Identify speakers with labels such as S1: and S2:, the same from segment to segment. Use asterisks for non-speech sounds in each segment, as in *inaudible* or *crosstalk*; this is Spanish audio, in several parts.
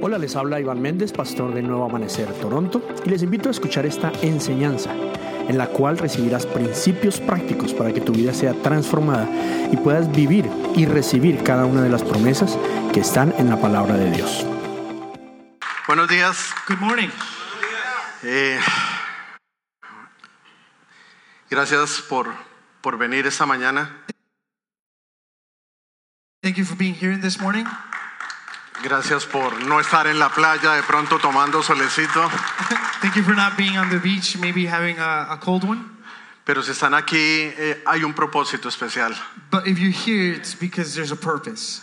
S1: Hola, les habla Iván Méndez, pastor de Nuevo Amanecer Toronto, y les invito a escuchar esta enseñanza en la cual recibirás principios prácticos para que tu vida sea transformada y puedas vivir y recibir cada una de las promesas que están en la palabra de Dios.
S2: Buenos días.
S3: Good morning.
S2: Eh, gracias por, por venir esta mañana.
S3: Thank you for being here this morning. *laughs*
S2: Gracias por no estar en la playa de pronto tomando solecito.
S3: Thank you for not being on the beach, maybe having a, a cold one.
S2: Pero si están aquí, eh, hay un propósito especial.
S3: But if you're here, it's because there's a purpose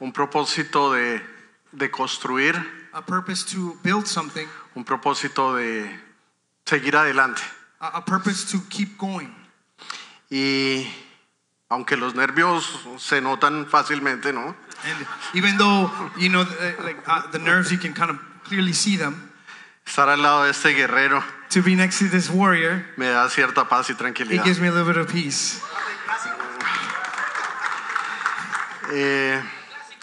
S2: Un propósito de, de construir,
S3: a purpose to build something,
S2: un propósito de seguir adelante.
S3: a, a purpose to keep going.
S2: Y aunque los nervios se notan fácilmente, ¿no?
S3: And even though, you know, the, like uh, the nerves, you can kind of clearly see them.
S2: Estar al lado de este guerrero
S3: To be next to this warrior,
S2: me da cierta paz y
S3: it
S2: tranquilidad.
S3: gives me a little bit of peace.
S2: Eh,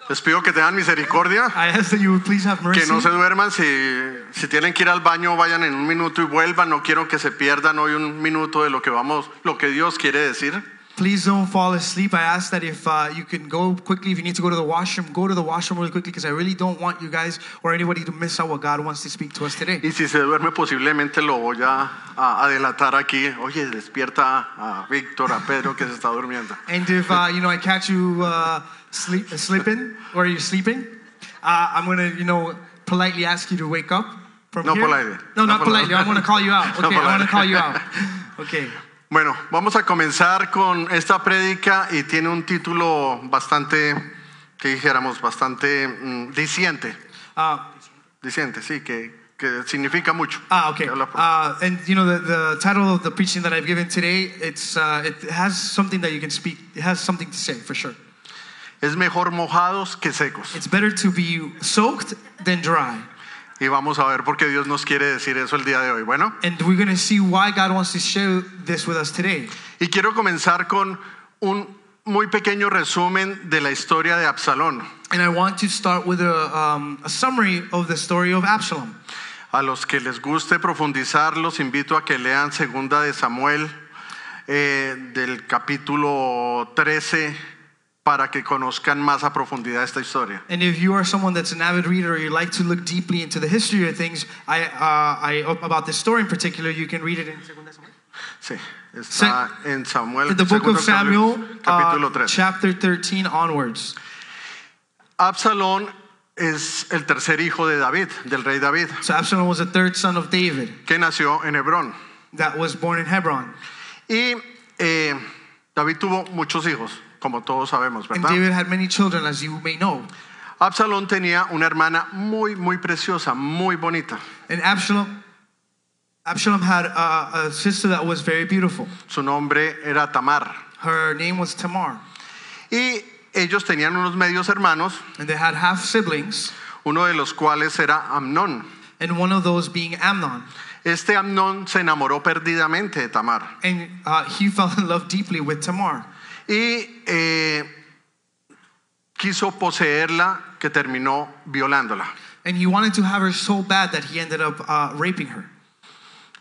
S2: les pido que tengan misericordia.
S3: I ask that you would please have mercy.
S2: Que no se duerman, si, si tienen que ir al baño, vayan en un minuto y vuelvan. No quiero que se pierdan hoy un minuto de lo que vamos, lo que Dios quiere decir.
S3: Please don't fall asleep. I ask that if uh, you can go quickly, if you need to go to the washroom, go to the washroom really quickly because I really don't want you guys or anybody to miss out what God wants to speak to us today.
S2: Y si se duerme, posiblemente lo voy a, a- a delatar aquí. Oye, despierta a Víctor, a Pedro que se está durmiendo.
S3: And if uh, you know I catch you uh, sleep, slipping or you're sleeping, uh, I'm gonna you know politely ask you to wake up from
S2: No
S3: here.
S2: politely.
S3: No,
S2: No
S3: not politely. I'm gonna call you
S2: *laughs*
S3: out.
S2: No
S3: Okay, I'm
S2: politely.
S3: gonna call you out. Okay.
S2: Bueno, vamos a comenzar con esta prédica y tiene un título bastante, que dijéramos, bastante mm, diciente.
S3: Uh,
S2: Diciente, sí, que, que significa mucho.
S3: Ah, okay.
S2: Que habla por-
S3: Uh, and you know the, the title of the preaching that I've given today, it's uh, it has something that you can speak. It has something to say for sure.
S2: Es mejor mojados que secos.
S3: It's better to be soaked than dry.
S2: Y vamos a ver por qué Dios nos quiere decir eso el día de hoy. Bueno,
S3: And we're going to see why God wants to share this with us today.
S2: y quiero comenzar con un muy pequeño resumen de la historia de Absalón.
S3: And I want to start with a, um, a summary of the story of Absalom.
S2: A los que les guste profundizar, los invito a que lean Segunda de Samuel eh, del capítulo 13 para que conozcan más a profundidad esta historia.
S3: And if you are someone that's an avid reader, or you like to look deeply into the history of things, I, uh, I about this story in particular, you can read it in
S2: Sí, está en Samuel,
S3: in the book
S2: segundo
S3: of Samuel,
S2: capítulo, capítulo
S3: uh,
S2: 13.
S3: chapter 13 onwards.
S2: Absalón es el tercer hijo de David, del rey David,
S3: So Absalom was the third son of David
S2: que nació en Hebrón.
S3: that was born in Hebron.
S2: Y eh, David tuvo muchos hijos, como todos sabemos,
S3: And
S2: ¿verdad?
S3: David had many children, as you may know.
S2: Absalón tenía una hermana muy, muy preciosa, muy bonita.
S3: And Absalom, Absalom had a, a sister that was very beautiful.
S2: Su nombre era Tamar.
S3: Her name was Tamar,
S2: Y ellos tenían unos medios hermanos,
S3: and they had half siblings,
S2: uno de los cuales era Amnón.
S3: and one of those being Amnon.
S2: Este Amnón se enamoró perdidamente de Tamar.
S3: And uh, he *laughs* fell in love deeply with Tamar,
S2: Y eh, quiso poseerla, que terminó violándola.
S3: and he wanted to have her so bad that he ended up uh, raping her.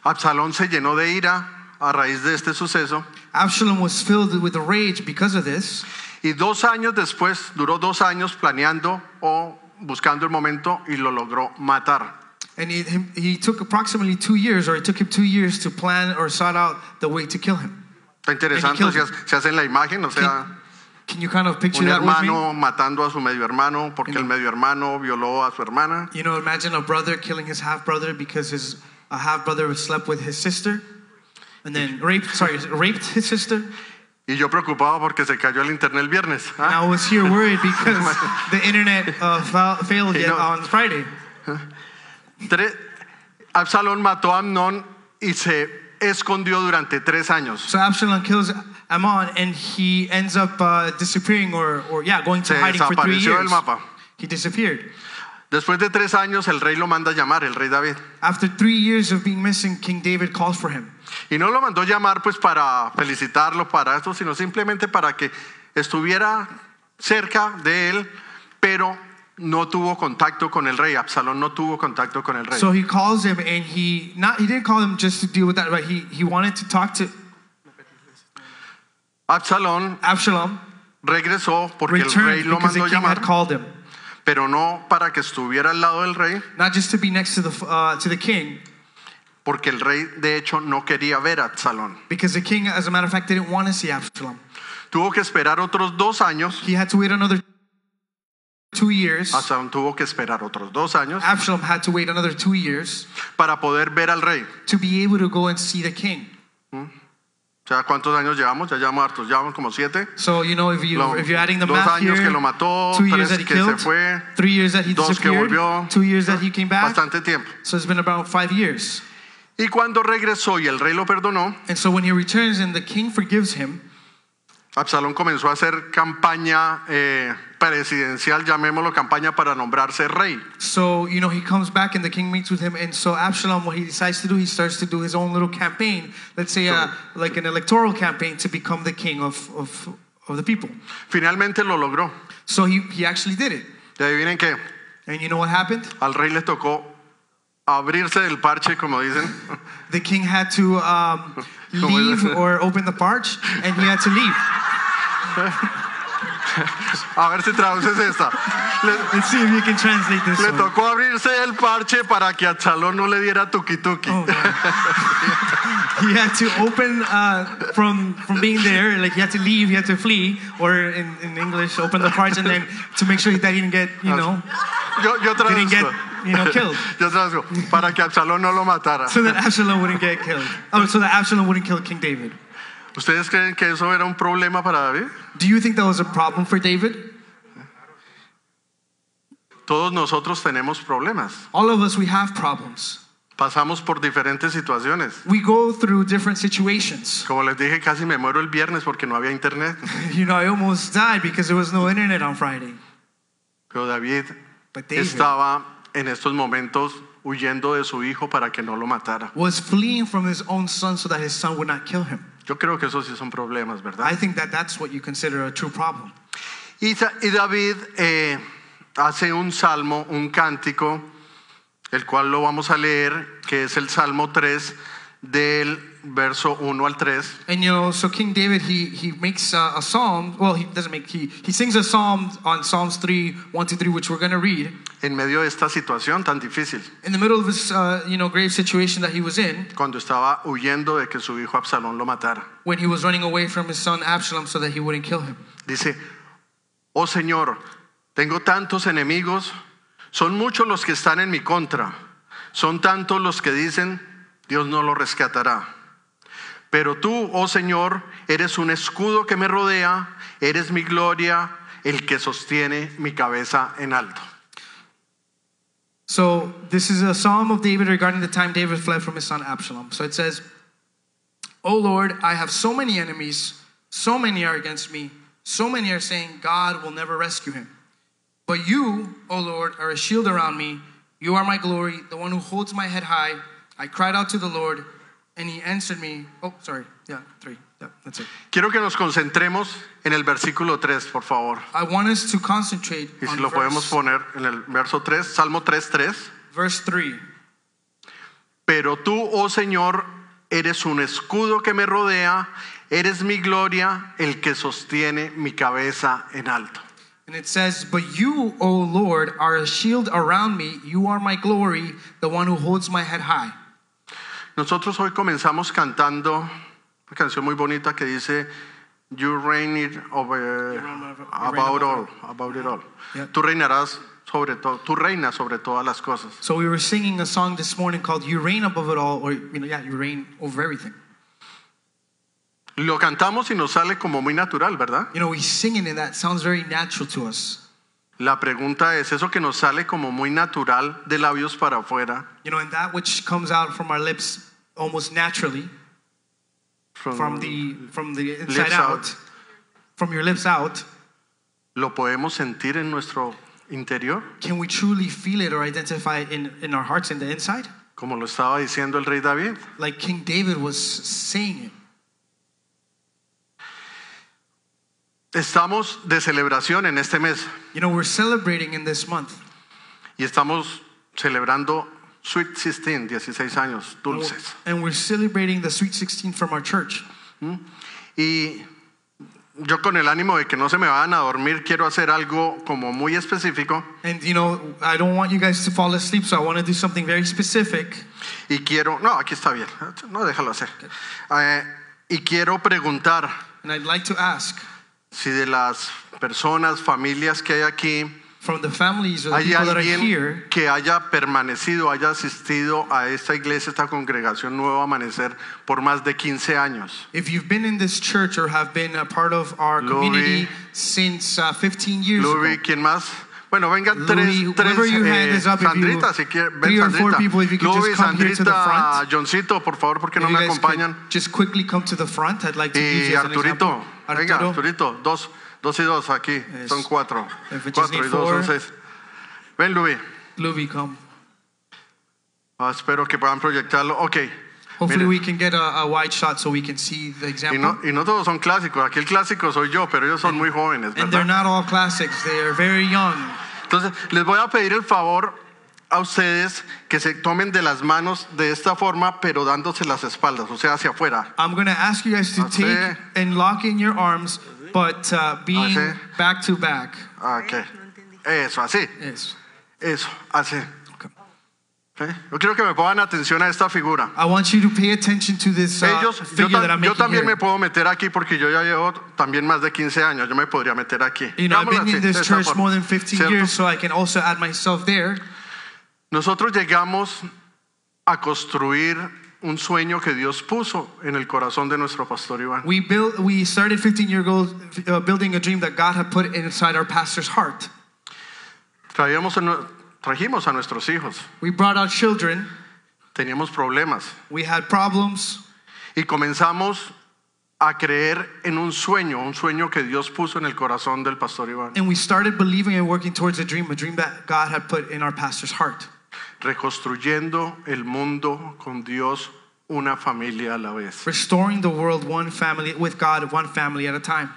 S2: Absalón se llenó de ira a raíz de este suceso.
S3: Absalom was filled with rage because of this,
S2: Y dos años después, duró dos años planeando o buscando el momento y lo logró matar.
S3: and he, him, he took approximately two years, or it took him two years to plan or sort out the way to kill him.
S2: Está interesante,
S3: And he
S2: se,
S3: killed
S2: hace- se hace en la imagen, o sea,
S3: Can you kind of picture
S2: un
S3: that with me?
S2: hermano matando a su medio hermano porque el medio hermano violó a su hermana.
S3: You know, imagine a brother killing his half brother because his a half brother slept with his sister, and then raped. Sorry, raped his sister.
S2: Y yo preocupado porque se cayó el internet el viernes.
S3: And
S2: ¿ah?
S3: I was here worried
S2: *laughs*
S3: because the internet uh, fa- failed
S2: You
S3: yet
S2: know-
S3: on Friday.
S2: Tres- Absalón mató a Amnón y se escondió durante tres años.
S3: So Absalom kills Ammon, and he ends up uh, disappearing, or, or yeah, going to
S2: Se
S3: hiding for three
S2: desapareció del
S3: years.
S2: mapa.
S3: He disappeared.
S2: Después de tres años, el rey lo manda a llamar, el rey David.
S3: After three years of being missing, King David calls for him.
S2: Y no lo mandó llamar pues para felicitarlo, para esto, sino simplemente para que estuviera cerca de él, pero no tuvo contacto con el rey. Absalón no tuvo contacto con el rey.
S3: So he calls him and he not he didn't call him just to deal with that, right? He he wanted to talk to
S2: Absalón
S3: Absalom,
S2: regresó porque el rey
S3: returned
S2: lo
S3: because the
S2: mandó
S3: king had
S2: llamar,
S3: called him.
S2: pero no para que estuviera al lado del rey,
S3: Not just to be next to the uh, to the king,
S2: porque el rey de hecho no quería ver a Absalón.
S3: because the king, as a matter of fact, didn't want to see Absalom.
S2: Tuvo que esperar otros dos años.
S3: He had to wait another two years.
S2: Absalón tuvo que esperar otros dos años
S3: Absalom had to wait another two years
S2: para poder ver al rey.
S3: to be able to go and see the king.
S2: O sea, ¿cuántos años llevamos? Ya llevamos hartos, llevamos como siete.
S3: So you know if you
S2: Lo-
S3: if you're adding the
S2: dos
S3: math
S2: años
S3: here,
S2: que lo mató,
S3: two
S2: tres
S3: years that he
S2: que se
S3: killed,
S2: fue,
S3: three years that he
S2: dos que
S3: disappeared,
S2: volvió.
S3: two years that he came back.
S2: Bastante tiempo.
S3: So it's been about five years.
S2: Y cuando regresó y el rey lo perdonó,
S3: And so when he returns and the king forgives him,
S2: Absalón comenzó a hacer campaña eh, presidencial, llamémoslo campaña para nombrarse rey.
S3: so you know he comes back and the king meets with him. And so Absalom, what he decides to do, he starts to do his own little campaign. Let's say uh, like an electoral campaign to become the king of of, of the people.
S2: Finalmente lo logró.
S3: So he, he actually did it.
S2: Y adivinen qué,
S3: And you know what happened?
S2: al rey le tocó abrirse del parche, como dicen,
S3: The king had to um,
S2: Como es-
S3: leave or open the parch, and he had to leave.
S2: a ver si traduces esta. Le,
S3: Let's see if you can translate this.
S2: le
S3: one.
S2: tocó abrirse del parche para que Absalón no le diera tuki tuki.
S3: Oh, wow. *laughs* he had to open uh, from from being there. Like he had to leave, he had to flee, or in, in English, open the parts, and then to make sure that he didn't get you know
S2: Yo, yo
S3: didn't get
S2: traduzco.
S3: you know killed,
S2: *laughs* Yo traduzco. Para que Absalón no lo matara.
S3: so that Absalom wouldn't get killed. Oh, so that Absalom wouldn't kill King David.
S2: ¿Ustedes creen que eso era un problema para David?
S3: Do you think that was a problem for David?
S2: Todos nosotros tenemos problemas.
S3: All of us, we have problems.
S2: Pasamos por diferentes situaciones.
S3: We go through different situations. *laughs*
S2: Como les dije, casi me muero el viernes porque no había internet.
S3: You know, I almost died because there was no internet on Friday.
S2: Pero David
S3: But David
S2: estaba en estos momentos huyendo de su hijo para que no lo matara.
S3: was fleeing from his own son so that his son would not kill him.
S2: Yo creo que esos sí son problemas,
S3: I
S2: ¿verdad?
S3: think that that's what you consider a true problem.
S2: Y, Sa- y David eh, hace un salmo, un cántico, el cual lo vamos a leer, que es el Salmo 3 del verso 1 al 3.
S3: And you know, so King David he he makes a, a psalm. Well, he doesn't make he he sings a psalm on Psalms three one to three, which we're gonna read
S2: en medio de esta situación tan difícil,
S3: in the middle of this uh, you know grave situation that he was in
S2: cuando estaba huyendo de que su hijo Absalón lo matara.
S3: when he was running away from his son Absalom so that he wouldn't kill him.
S2: Dice, oh Señor, tengo tantos enemigos, son muchos los que están en mi contra, son tantos los que dicen, Dios no lo rescatará. Pero tú, oh Señor, eres un escudo que me rodea, eres mi gloria, el que sostiene mi cabeza en alto.
S3: So this is a psalm of David regarding the time David fled from his son Absalom. So it says, "O Lord, I have so many enemies, so many are against me, so many are saying God will never rescue him. But you, O Lord, are a shield around me. You are my glory, the one who holds my head high. I cried out to the Lord, and he answered me." Oh, sorry. Yeah, 3. Yeah, that's it.
S2: Quiero que nos concentremos en el versículo 3, por favor.
S3: I want us to concentrate
S2: Y si
S3: on
S2: lo podemos
S3: verse,
S2: poner en el verso 3, Salmo 3, 3.
S3: verse 3.
S2: Pero tú, oh Señor, eres un escudo que me rodea, eres mi gloria, el que sostiene mi cabeza en alto.
S3: And it says, But you, O Lord, are a shield around me. You are my glory, the one who holds my head high.
S2: Nosotros hoy comenzamos cantando una canción muy bonita que dice You reign it over-
S3: reign over- you
S2: about
S3: reign
S2: all, about it all.
S3: Yeah.
S2: Tú reinarás sobre todo, tú reinas sobre todas las cosas.
S3: So we were singing a song this morning called You Reign Above It All, or, you know, yeah, You Reign Over Everything.
S2: Lo cantamos y nos sale como muy natural, ¿verdad?
S3: You know, we singing and that sounds very natural to us.
S2: La pregunta es, eso que nos sale como muy natural de labios para afuera,
S3: You know, and that which comes out from our lips almost naturally,
S2: from-
S3: from the from the inside
S2: Lips
S3: out,
S2: out.
S3: from your lips out,
S2: ¿lo podemos sentir en nuestro interior?
S3: can we truly feel it or identify it in, in our hearts and the inside?
S2: Como lo estaba diciendo el rey David.
S3: Like King David was saying it.
S2: Estamos de celebración en este mes
S3: You know, we're celebrating in this month.
S2: y estamos celebrando Sweet 16, 16 años, dulces.
S3: And we're celebrating the Sweet 16 from our church.
S2: Y yo con el ánimo de que no se me vayan a dormir, quiero hacer algo como muy específico
S3: And, you know, I don't want you guys to fall asleep, so I want to do something very specific.
S2: y quiero, no, aquí está bien, no déjalo hacer. Eh, y quiero preguntar
S3: And I'd like to ask
S2: si de las personas, familias que hay aquí,
S3: from the families or the
S2: hay
S3: people that are
S2: alguien
S3: here,
S2: que haya permanecido, haya asistido a esta iglesia, esta congregación Nuevo Amanecer por más de 15 años.
S3: if you've been in this church or have been a part of our
S2: Louis.
S3: community since uh, 15 years
S2: Luby,
S3: ago.
S2: ¿quién más? Bueno, vengan
S3: Louis,
S2: tres,
S3: whoever
S2: tres
S3: you had
S2: eh,
S3: is up if you-
S2: Sandrita, si quiere, ven
S3: three or four
S2: Sandrita.
S3: people, if you could just
S2: Luby,
S3: come here to the
S2: Sandrita,
S3: front.
S2: Johncito, por favor, porque no
S3: If you
S2: me
S3: guys could
S2: acompañan?
S3: just quickly come to the front. I'd like to use
S2: Y
S3: you as an
S2: Arturito,
S3: example.
S2: venga,
S3: Arturo.
S2: Arturito, dos, dos y dos aquí,
S3: Yes.
S2: son cuatro.
S3: If we just
S2: Cuatro
S3: need
S2: y dos son
S3: four.
S2: seis. Ven, Luby.
S3: Louis, come.
S2: Ah, espero que puedan proyectarlo. Ok.
S3: Hopefully,
S2: Miren.
S3: we can get a, a wide shot so we can see the
S2: Y
S3: example.
S2: no, y no todos son clásicos. Aquí el clásico soy yo, pero ellos son muy jóvenes,
S3: and they're
S2: ¿verdad?
S3: not all classics, they are very young.
S2: Entonces, les voy a pedir el favor a ustedes que se tomen de las manos de esta forma, pero dándose las espaldas, o sea, hacia afuera.
S3: I'm going to ask you guys to
S2: Así.
S3: take and lock in your arms, but uh, being
S2: Así.
S3: back to back.
S2: Ah, ok. Eso, así.
S3: Yes.
S2: Eso, así. ¿Eh? Yo quiero que me pongan atención a esta figura.
S3: I want you to pay attention to this uh,
S2: Ellos, yo,
S3: figure
S2: tam-
S3: that I'm
S2: yo
S3: making
S2: también me
S3: here.
S2: puedo meter aquí porque yo ya llevo también más de 15 años. Yo me podría meter aquí.
S3: You know, I've
S2: Hagámoslo
S3: been in
S2: así, de
S3: this
S2: esta
S3: church
S2: forma,
S3: more than 15
S2: ¿cierto?
S3: years, so I can also add myself there.
S2: Nosotros llegamos a construir un sueño que Dios puso en el corazón de nuestro pastor Iván.
S3: We built, we started 15 year ago uh, building a dream that God had put inside our pastor's heart.
S2: Traíamos a nue- trajimos a nuestros hijos,
S3: We brought our children.
S2: teníamos problemas
S3: We had problems.
S2: y comenzamos a creer en un sueño, un sueño que Dios puso en el corazón del pastor Iván.
S3: And we started believing and working towards a dream, a dream that God had put in our pastor's heart.
S2: Reconstruyendo el mundo con Dios, una familia a la vez.
S3: Restoring the world one family with God, one family at a time.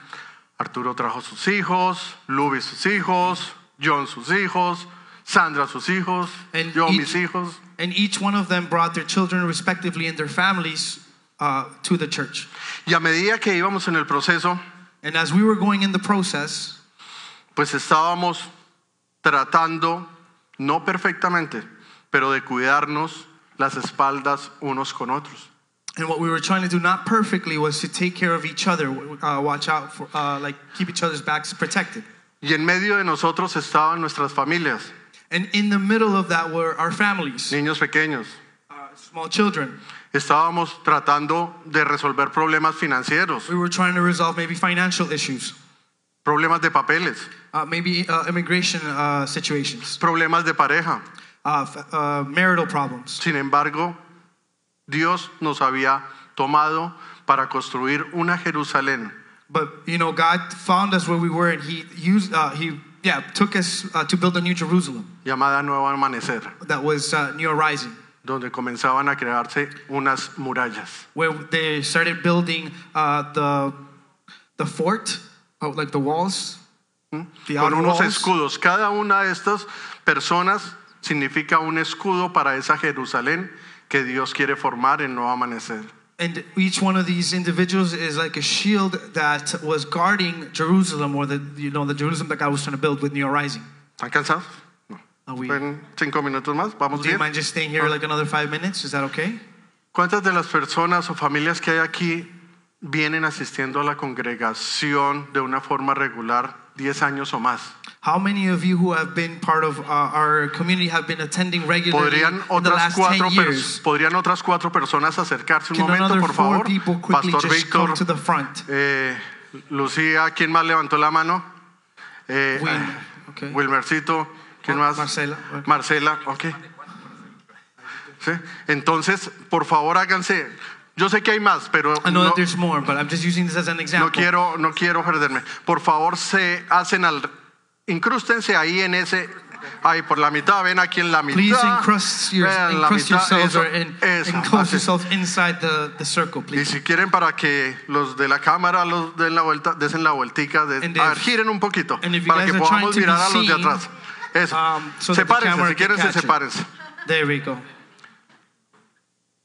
S2: Arturo trajo sus hijos, Luby sus hijos, John sus hijos, Sandra sus hijos,
S3: And
S2: yo
S3: each-
S2: mis hijos.
S3: And each one of them brought their children, respectively, and their families uh, to the church.
S2: Y a medida que íbamos en el proceso,
S3: And as we were going in the process,
S2: pues estábamos tratando, no perfectamente, pero de cuidarnos las espaldas unos con otros.
S3: and what we were trying to do, not perfectly, was to take care of each other, uh, watch out for, uh, like, keep each other's backs protected.
S2: Y en medio de nosotros estaban nuestras familias,
S3: And in the middle of that were our families,
S2: niños pequeños.
S3: uh, small children.
S2: Estábamos tratando de resolver problemas financieros,
S3: We were trying to resolve maybe financial issues,
S2: problemas de papeles,
S3: uh, maybe uh, immigration uh, situations,
S2: problemas de pareja.
S3: uh, f- uh, marital problems.
S2: Sin embargo, Dios nos había tomado para construir una Jerusalén
S3: But you know, God found us where we were, and He used, uh, He yeah, took us uh, to build a new Jerusalem
S2: llamada Nuevo Amanecer,
S3: that was uh, New Rising,
S2: donde comenzaban a crearse unas murallas.
S3: where they started building uh, the the fort, oh, like the walls, hmm, the
S2: con
S3: outer
S2: unos
S3: walls.
S2: escudos. Cada una de estas personas significa un escudo para esa Jerusalén que Dios quiere formar en Nuevo Amanecer.
S3: And each one of these individuals is like a shield that was guarding Jerusalem, or the you know the Jerusalem that God was trying to build with New Rising.
S2: ¿Están cansados? No.
S3: Are we, do
S2: ¿Ven cinco minutos más? ¿Vamos
S3: you
S2: bien?
S3: mind just staying here like another five minutes? Is that okay?
S2: ¿Cuántas de las personas o familias que hay aquí vienen asistiendo a la congregación de una forma regular 10 años o más?
S3: How many of you who have been part of uh, our community have been attending regularly
S2: ¿Podrían
S3: in the
S2: otras,
S3: last
S2: cuatro
S3: 10
S2: pers-
S3: years?
S2: ¿Podrían otras cuatro personas acercarse un
S3: Can
S2: momento,
S3: another
S2: por favor?
S3: four people quickly
S2: Pastor
S3: just come
S2: Víctor,
S3: to the front?
S2: Eh, Lucía, ¿quién más levantó la mano? Eh,
S3: Wil-
S2: ah,
S3: okay.
S2: Wilmercito, ¿quién
S3: Mar-
S2: más?
S3: Ah, Marcela, ok.
S2: Marcela, ok. Sí, Entonces, por favor, háganse. Yo sé que hay más, pero
S3: I know
S2: no,
S3: that there's more, but I'm just using this as an
S2: no
S3: example.
S2: quiero, no quiero perderme. Por favor, se hacen al. Incrústense ahí en ese, Ahí por la mitad, ven aquí en la mitad.
S3: Please encrust, your,
S2: vean la
S3: encrust
S2: mitad,
S3: yourselves
S2: eso,
S3: or in,
S2: esa,
S3: enclose
S2: así.
S3: yourself inside the, the circle,
S2: Y
S3: please.
S2: si quieren para que los de la cámara los den la vuelta, desen la vueltica, de-
S3: And
S2: a
S3: if-
S2: ver, giren un poquito
S3: and if you
S2: para
S3: guys
S2: que
S3: are
S2: podamos
S3: trying to be
S2: mirar a los de
S3: seen,
S2: atrás. Eso.
S3: um, so that the
S2: sepárense,
S3: camera
S2: si
S3: can
S2: quieren, se
S3: catch it.
S2: sepárense.
S3: There we go.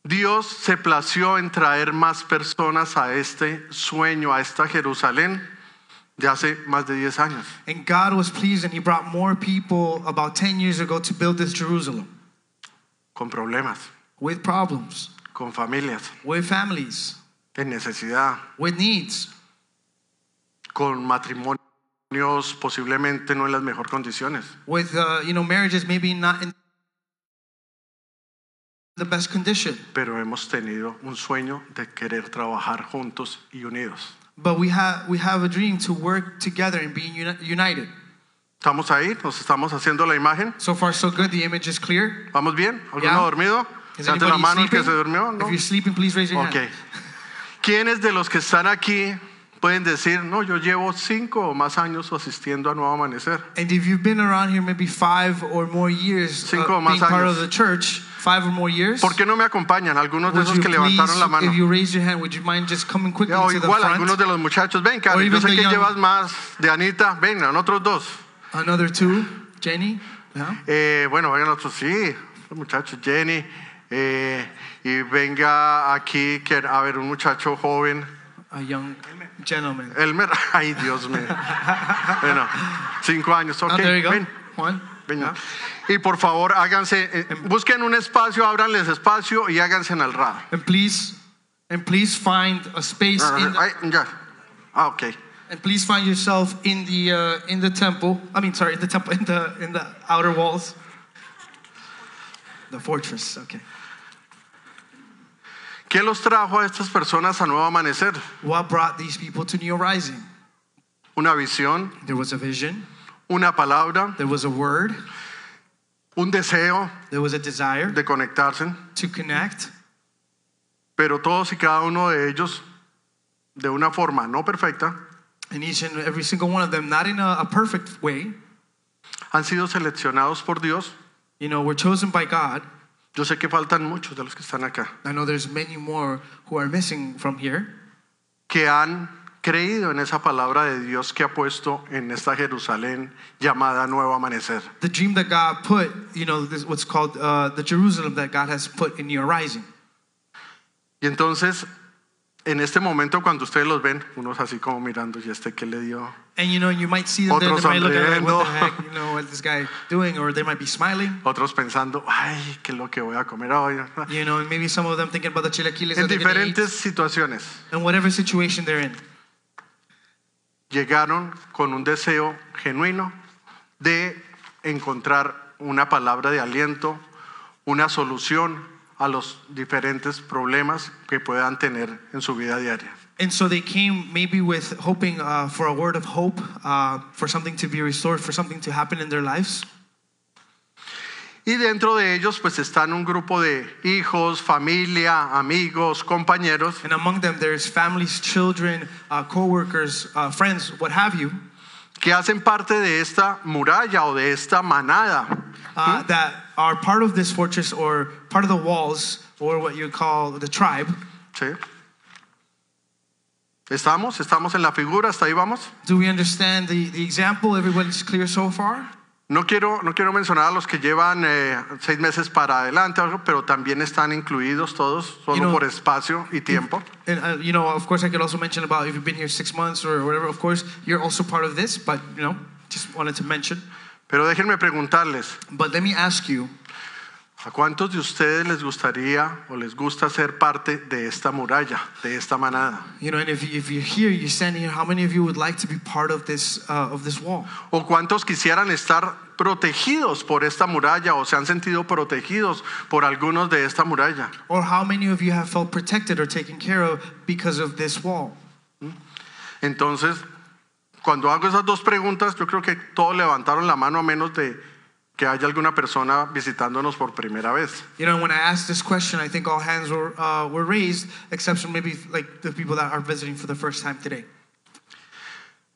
S2: Dios se plació en traer más personas a este sueño, a esta Jerusalén, de hace más de 10 años.
S3: And God was pleased and He brought more people about 10 years ago to build this Jerusalem
S2: con problemas,
S3: with problems,
S2: con familias,
S3: with families,
S2: en necesidad,
S3: with needs,
S2: con matrimonios posiblemente no en las mejores condiciones.
S3: with, uh, you know, marriages maybe not in the best condition.
S2: Pero hemos tenido un sueño de querer trabajar juntos y unidos.
S3: But we have, we have a dream to work together and being uni- united.
S2: ¿Estamos ahí? ¿Nos estamos haciendo la imagen?
S3: So far, so good. The image is clear.
S2: ¿Vamos bien? ¿Alguno
S3: Yeah.
S2: dormido?
S3: Is
S2: Levante la
S3: anybody
S2: mano el que
S3: sleeping?
S2: se durmió? ¿No?
S3: If you're sleeping, please raise your
S2: Ok.
S3: hand.
S2: ¿Quiénes de los que están aquí pueden decir, no, yo llevo cinco o más años asistiendo a Nuevo Amanecer?
S3: And if you've been around here maybe five or more years
S2: Cinco o
S3: of
S2: más
S3: being part
S2: años.
S3: of the church, five or more years,
S2: ¿Por qué no me acompañan algunos de
S3: would
S2: esos
S3: you
S2: que levantaron
S3: please,
S2: la mano?
S3: if you raise your hand, would you mind just coming quickly
S2: Ya, o
S3: to the
S2: igual
S3: front?
S2: algunos de los muchachos, ven,
S3: Or
S2: Karen, yo
S3: even
S2: sé
S3: the
S2: que
S3: young-
S2: llevas más de Anita, vengan, otros dos.
S3: Another two, Jenny. Yeah.
S2: Eh, bueno, vayan otros, sí, los muchachos, Jenny, eh, y venga aquí, que, a ver, un muchacho joven,
S3: A young gentleman.
S2: Elmer, *laughs* ay Dios mío, bueno, cinco años, ok,
S3: oh, there you go. Ah.
S2: ven,
S3: One.
S2: venga. Y por favor, háganse, eh, busquen un espacio, ábranles espacio y háganse al radar.
S3: And please, and please find a space in the,
S2: Ay, ya, ah, ok.
S3: and please find yourself in the uh, in the temple. I mean, sorry, in the temple, *laughs* in the in the outer walls. The fortress. Okay.
S2: ¿Qué los trajo a estas personas a Nuevo Amanecer?
S3: What brought these people to New Rising?
S2: Una visión,
S3: There was a vision.
S2: una palabra,
S3: There was a word.
S2: un deseo
S3: There was a desire
S2: de conectarse,
S3: to connect.
S2: pero todos y cada uno de ellos, de una forma no perfecta,
S3: And each and every single one of them, not in a, a perfect way,
S2: han sido seleccionados por Dios.
S3: you know, were chosen by God.
S2: Yo sé que faltan muchos de los que están acá,
S3: I know there's many more who are missing from here
S2: que han creído en esa palabra de Dios que ha puesto en esta Jerusalén llamada Nuevo Amanecer.
S3: the dream that God put, you know, this what's called uh, the Jerusalem that God has put in your rising.
S2: Y entonces, en este momento cuando ustedes los ven, unos así como mirando, y este que le dio,
S3: And you know, you might see them there,
S2: Otros
S3: they might look at it like, what the
S2: sonriendo.
S3: heck, you know, what this guy doing, or they might be smiling,
S2: otros pensando, ay, qué es lo que voy a comer hoy.
S3: you know, and maybe some of them thinking about the chilaquiles
S2: En
S3: that they're gonna eat,
S2: diferentes situaciones.
S3: and whatever situation they're in.
S2: llegaron con un deseo genuino de encontrar una palabra de aliento, una solución a los diferentes problemas que puedan tener en su vida diaria.
S3: And so they came maybe with hoping uh, for a word of hope, uh, for something to be restored, for something to happen in their lives.
S2: Y dentro de ellos pues están un grupo de hijos, familia, amigos, compañeros
S3: And among them, there's families, children, uh, co-workers, uh, friends, what have you,
S2: que hacen parte de esta muralla o de esta manada.
S3: uh, that are part of this fortress or part of the walls or what you call the tribe.
S2: ¿sí? ¿Estamos? ¿Estamos en la figura? ¿Hasta ahí vamos?
S3: Do we understand the, the example? Everybody's clear so far?
S2: No quiero, no quiero mencionar a los que llevan eh, seis meses para adelante, o algo, pero también están incluidos todos, solo
S3: You know-
S2: por espacio y tiempo.
S3: And, uh, you know, of course, I could also mention about if you've been here six months or whatever, of course, you're also part of this, but, you know, just wanted to mention.
S2: Pero déjenme preguntarles,
S3: But let me ask you,
S2: ¿a cuántos de ustedes les gustaría o les gusta ser parte de esta muralla, de esta manada?
S3: you know, and if, you, if you're here, you're standing here, how many of you would like to be part of this, uh, of this wall?
S2: ¿O cuántos quisieran estar protegidos por esta muralla o se han sentido protegidos por algunos de esta muralla?
S3: Or how many of you have felt protected or taken care of because of this wall?
S2: Entonces, cuando hago esas dos preguntas, yo creo que todos levantaron la mano a menos de que haya alguna persona visitándonos por primera vez.
S3: You know, when I asked this question, I think all hands were, uh, were raised, except for maybe like the people that are visiting for the first time today.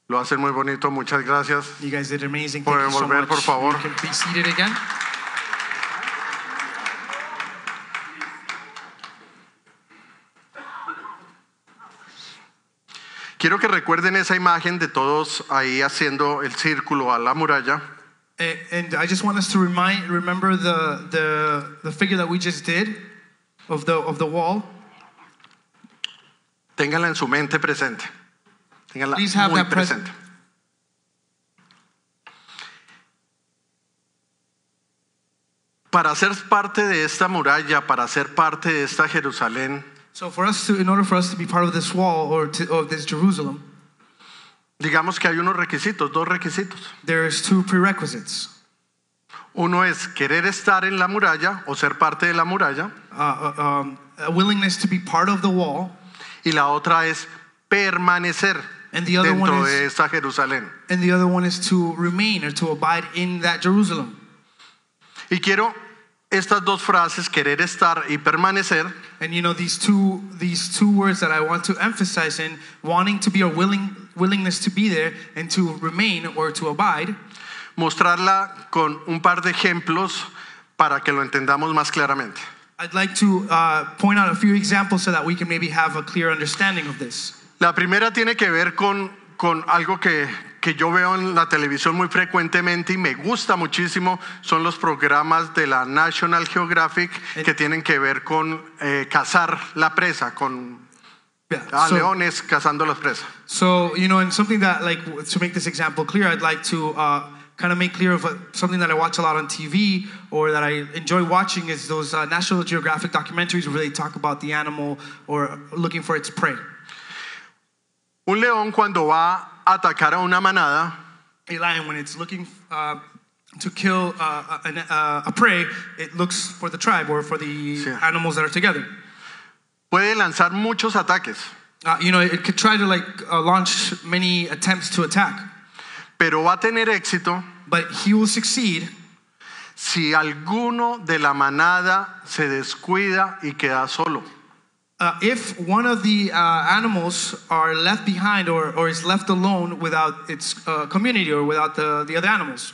S2: Lo hacen muy bonito, muchas gracias.
S3: You guys did amazing. Thank you
S2: Pueden
S3: so
S2: volver,
S3: much.
S2: por favor.
S3: You can be seated again.
S2: Quiero que recuerden esa imagen de todos ahí haciendo el círculo a la muralla.
S3: And, and I just want us to remind, remember the, the, the figure that we just did of the, of the wall.
S2: Ténganla en su mente presente. Ténganla
S3: Please have
S2: muy
S3: that present.
S2: presente. Para ser parte de esta muralla, para ser parte de esta Jerusalén,
S3: So for us to, in order for us to be part of this wall or to, of this Jerusalem,
S2: digamos que hay unos requisitos, dos requisitos.
S3: there's two prerequisites.
S2: Uno es querer estar en la muralla o ser parte de la muralla
S3: Uh, uh, um, a willingness to be part of the wall,
S2: y la otra es permanecer
S3: And the other
S2: dentro
S3: one is-
S2: de esta Jerusalén.
S3: and the other one is to remain or to abide in that Jerusalem.
S2: Y quiero estas dos frases, querer estar y permanecer,
S3: And you know these two these two words that I want to emphasize in wanting to be or willing willingness to be there and to remain or to abide.
S2: mostrarla con un par de ejemplos para que lo entendamos más claramente.
S3: I'd like to uh, point out a few examples so that we can maybe have a clear understanding of this.
S2: La primera tiene que ver con, con algo que, que yo veo en la televisión muy frecuentemente y me gusta muchísimo, son los programas de la National Geographic que tienen que ver con eh, cazar la presa, con
S3: Yeah.
S2: a
S3: So,
S2: leones cazando las presas.
S3: so, you know, and something that like w- to make this example clear, I'd like to uh, kind of make clear of uh, something that I watch a lot on TV or that I enjoy watching is those uh, National Geographic documentaries where they talk about the animal or looking for its prey.
S2: Un león cuando va a atacar a una manada,
S3: A lion, when it's looking uh, to kill uh, a, an- uh, a prey, it looks for the tribe or for the
S2: Sí.
S3: animals that are together.
S2: puede lanzar muchos ataques,
S3: Uh, you know, it could try to like uh, launch many attempts to attack,
S2: pero va a tener éxito
S3: but he will succeed
S2: si alguno de la manada se descuida y queda solo.
S3: uh, if one of the uh, animals are left behind or, or is left alone without its uh, community or without the, the other animals.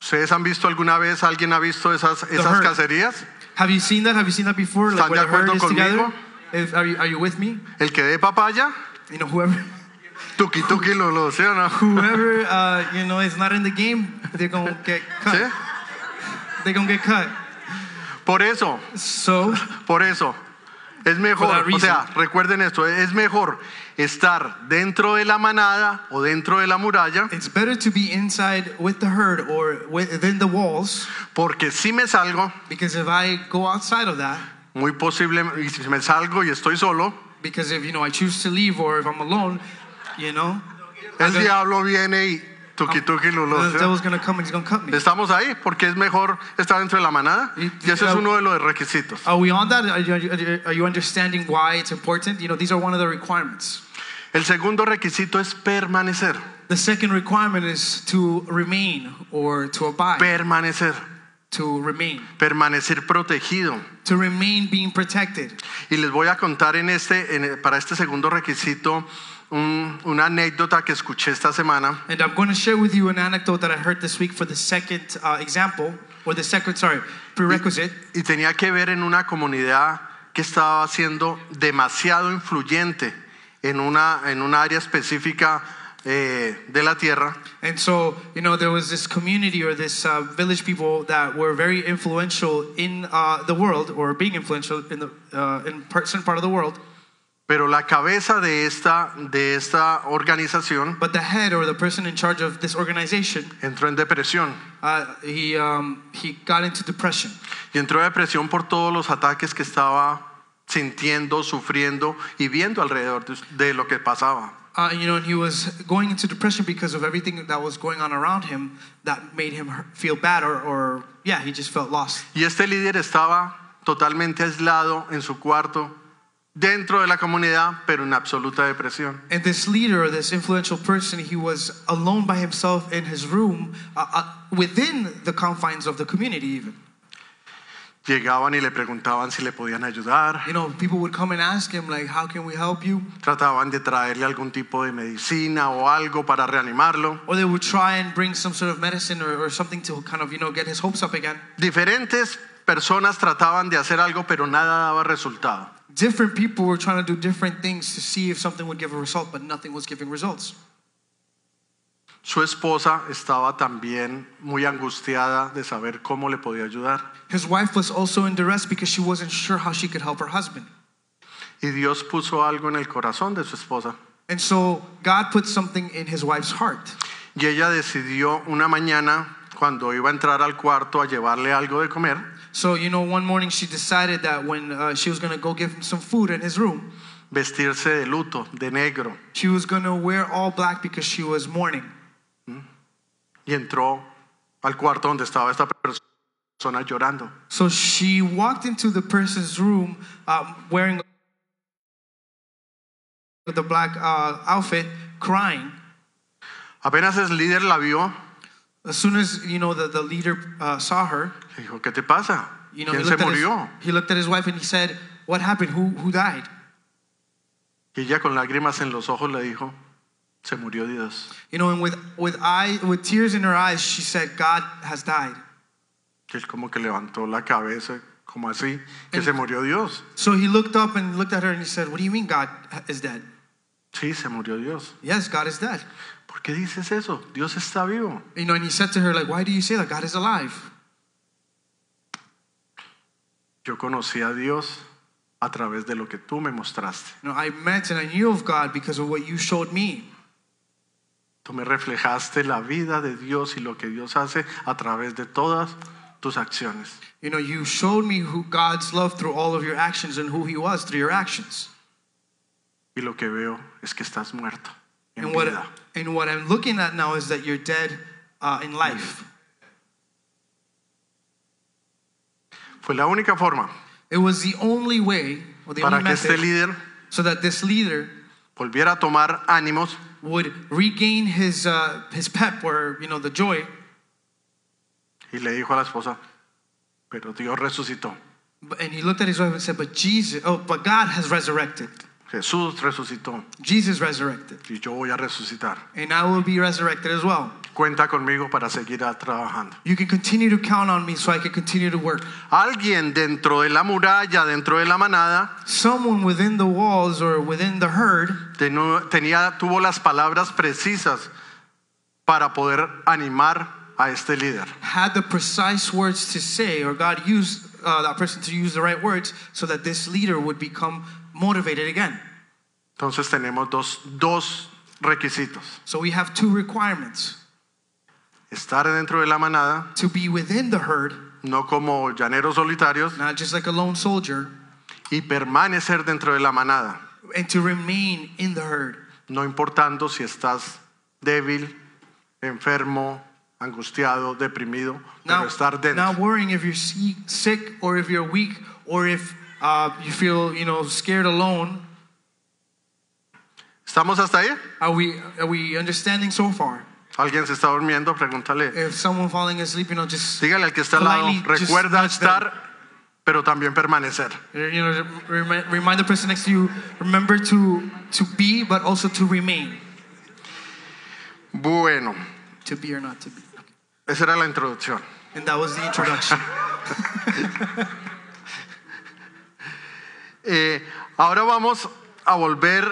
S2: ¿Ustedes han visto alguna vez, alguien ha visto esas, esas
S3: herd.
S2: cacerías?
S3: Have you seen that? Have you seen that before?
S2: ¿Están
S3: Like when
S2: de
S3: the herd
S2: acuerdo
S3: is together?
S2: conmigo?
S3: If, are, you, are you with me?
S2: El que dé papaya,
S3: You know, whoever,
S2: tuqui tuqui lo, lo ¿sí o no?
S3: whoever uh, you know is not in the game, they're gonna get cut.
S2: ¿Sí?
S3: They're gonna get cut.
S2: Por eso,
S3: So
S2: por eso. Es
S3: that
S2: mejor, o
S3: reason.
S2: sea, recuerden esto, es mejor estar dentro de la manada o dentro de la muralla,
S3: it's better to be inside with the herd or within the walls.
S2: porque si me salgo,
S3: Because if I go outside of that,
S2: muy posible, y si me salgo y estoy solo,
S3: because if you know I choose to leave or if I'm alone, you know,
S2: el
S3: gonna-
S2: diablo viene y tuqui tuqui lo, lo, ¿sí
S3: the
S2: o no?
S3: devil's gonna come and he's gonna cut me.
S2: Estamos ahí porque es mejor estar dentro de la manada
S3: Y-
S2: y ese es
S3: y-
S2: uno de los requisitos.
S3: Are we on that? Are you, are you- are you understanding why it's important? You know, these are one of the requirements.
S2: El segundo requisito es permanecer,
S3: The second requirement is to remain or to abide,
S2: permanecer,
S3: to remain,
S2: permanecer protegido.
S3: to remain being protected.
S2: Y les voy a contar en este, en- para este segundo requisito un- una anécdota que escuché esta semana.
S3: And I'm going to share with you an anecdote that I heard this week for the second uh, example, or the second, sorry, prerequisite.
S2: Y tenía que ver en una comunidad que estaba siendo demasiado influyente en una, en una área específica eh, de la tierra.
S3: And so, you know, there was this community or this uh, village people that were very influential in uh, the world or being influential in the uh, in part, certain part of the world.
S2: Pero la cabeza de esta, de esta organización
S3: But the head or the person in charge of this organization,
S2: entró en depresión.
S3: uh, he um, he got into depression,
S2: Y entró en depresión por todos los ataques que estaba sintiendo, sufriendo y viendo alrededor de, de lo que pasaba.
S3: uh, you know, and he was going into depression because of everything that was going on around him that made him h- feel bad or, or yeah, he just felt lost.
S2: Y este líder estaba totalmente aislado en su cuarto, dentro de la comunidad, pero en absoluta depresión.
S3: And this leader, this influential person, he was alone by himself in his room uh, uh, within the confines of the community, even.
S2: Llegaban y le preguntaban si le podían ayudar,
S3: You know, people would come and ask him, like, how can we help you?
S2: trataban de traerle algún tipo de medicina o algo para reanimarlo.
S3: Or they would try and bring some sort of medicine or, or something to kind of, you know, get his hopes up again.
S2: Diferentes personas trataban de hacer algo, pero nada daba resultado.
S3: Different people were trying to do different things to see if something would give a result, but nothing was giving results.
S2: Su esposa estaba también muy angustiada de saber cómo le podía ayudar.
S3: His wife was also in duress because she wasn't sure how she could help her husband.
S2: Y Dios puso algo en el corazón de su esposa.
S3: And so God put something in his wife's heart.
S2: Y ella decidió una mañana, cuando iba a entrar al cuarto a llevarle algo de comer,
S3: So, you know, one morning she decided that when uh, she was going to go give him some food in his room,
S2: vestirse de luto, de negro.
S3: she was going to wear all black because she was mourning.
S2: Y entró al cuarto donde estaba esta persona llorando.
S3: So she walked into the person's room um, wearing the black uh, outfit, crying.
S2: Apenas el líder la vio,
S3: As soon as, you know, the, the leader uh, saw her,
S2: le dijo, ¿qué te pasa?
S3: you know,
S2: ¿Quién se
S3: at his,
S2: murió?
S3: he looked at his wife and he said, what happened? Who, who died?
S2: Y ella con lágrimas en los ojos le dijo, se murió Dios.
S3: You know, and with, with, eye, with tears in her eyes, she said, God has died.
S2: Y él como que levantó la cabeza, como así, que se murió Dios.
S3: So he looked up and looked at her and he said, What do you mean God is dead?
S2: Sí, se murió Dios.
S3: Yes, God is dead.
S2: ¿Por qué dices eso? Dios está vivo.
S3: You know, and he said to her, like, why do you say that? God is alive.
S2: Yo conocí a Dios a través de lo que tú me mostraste.
S3: You know, I met and I knew of God because of what you showed me.
S2: Tú me reflejaste la vida de Dios y lo que Dios hace a través de todas tus acciones.
S3: You know, you showed me who God's love through all of your actions and who he was through your actions.
S2: Y lo que veo es que estás muerto. En
S3: And what,
S2: vida.
S3: and what I'm looking at now is that you're dead uh, in life.
S2: Fue la única forma
S3: It was the only way, or the
S2: para
S3: only
S2: que este
S3: method,
S2: líder
S3: so that this leader
S2: volviera a tomar ánimos
S3: would regain his, uh, his pep or, you know, the joy.
S2: y le dijo a la esposa, pero Dios resucitó.
S3: But- And he looked at his wife and said, But Jesus, oh, but God has resurrected.
S2: Jesús resucitó
S3: Jesus resurrected.
S2: y yo voy a resucitar.
S3: And I will be resurrected as well.
S2: Cuenta conmigo para seguir a- trabajando.
S3: You can continue to count on me so I can continue to work.
S2: Alguien dentro de la muralla, dentro de la manada,
S3: Someone within the walls or within the herd
S2: tenu- tenía, tuvo las palabras precisas para poder animar a este líder.
S3: had the precise words to say, or God used uh, that person to use the right words so that this leader would become motivated again.
S2: Entonces tenemos dos, dos requisitos.
S3: So we have two requirements
S2: Estar dentro de la manada,
S3: to be within the herd,
S2: no como llaneros solitarios,
S3: not just like a lone soldier,
S2: y permanecer dentro de la manada,
S3: and to remain in the herd.
S2: no importando si estás débil, enfermo, angustiado, deprimido,
S3: Now,
S2: pero estar dentro.
S3: not worrying if you're see- sick or if you're weak or if uh, you feel you know scared alone.
S2: ¿Estamos hasta ahí?
S3: Are we are we understanding so far?
S2: Alguien se está durmiendo, pregúntale.
S3: If someone falling asleep, you know, just
S2: Dígale al que está al lado,
S3: Politely just
S2: recuerda
S3: nudge them.
S2: estar, pero también permanecer.
S3: you know remi- remind the person next to you. Remember to to be, but also to remain.
S2: Bueno,
S3: To be or not to be.
S2: esa era la introducción.
S3: And that was
S2: *laughs*
S3: the introduction.
S2: Eh, ahora vamos a volver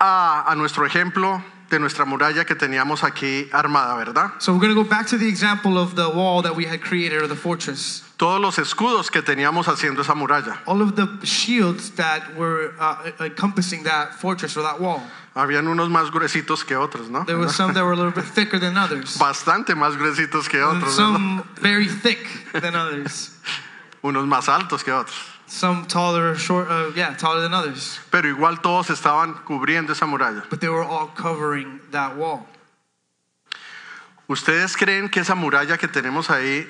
S2: a, a nuestro ejemplo de nuestra muralla que teníamos aquí armada, ¿verdad?
S3: so we're gonna go back to the example of the wall that we had created or the fortress.
S2: Todos los escudos que teníamos haciendo esa muralla.
S3: All of the shields that were uh, encompassing that fortress or that wall.
S2: Habían unos más gruesitos que otros, ¿no?
S3: There were some that were a little bit thicker than others.
S2: Bastante más gruesitos que
S3: And
S2: otros, ¿verdad?
S3: some very thick than others.
S2: unos más altos que otros.
S3: Some taller or short, uh, yeah, taller than others.
S2: Pero igual todos estaban cubriendo esa muralla.
S3: But they were all covering that wall.
S2: ¿Ustedes creen que esa muralla que tenemos ahí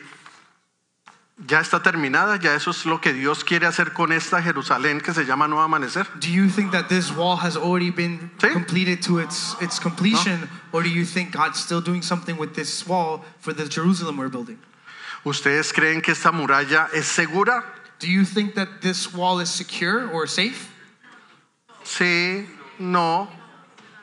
S2: ya está terminada? ¿Ya eso es lo que Dios quiere hacer con esta Jerusalén que se llama Nuevo Amanecer?
S3: Do you think that this wall has already been
S2: Sí.
S3: completed to its, its completion? Or do you think God's still doing something with this wall for the Jerusalem we're building?
S2: ¿Ustedes creen que esta muralla es segura?
S3: Do you think that this wall is secure or safe?
S2: Sí, no.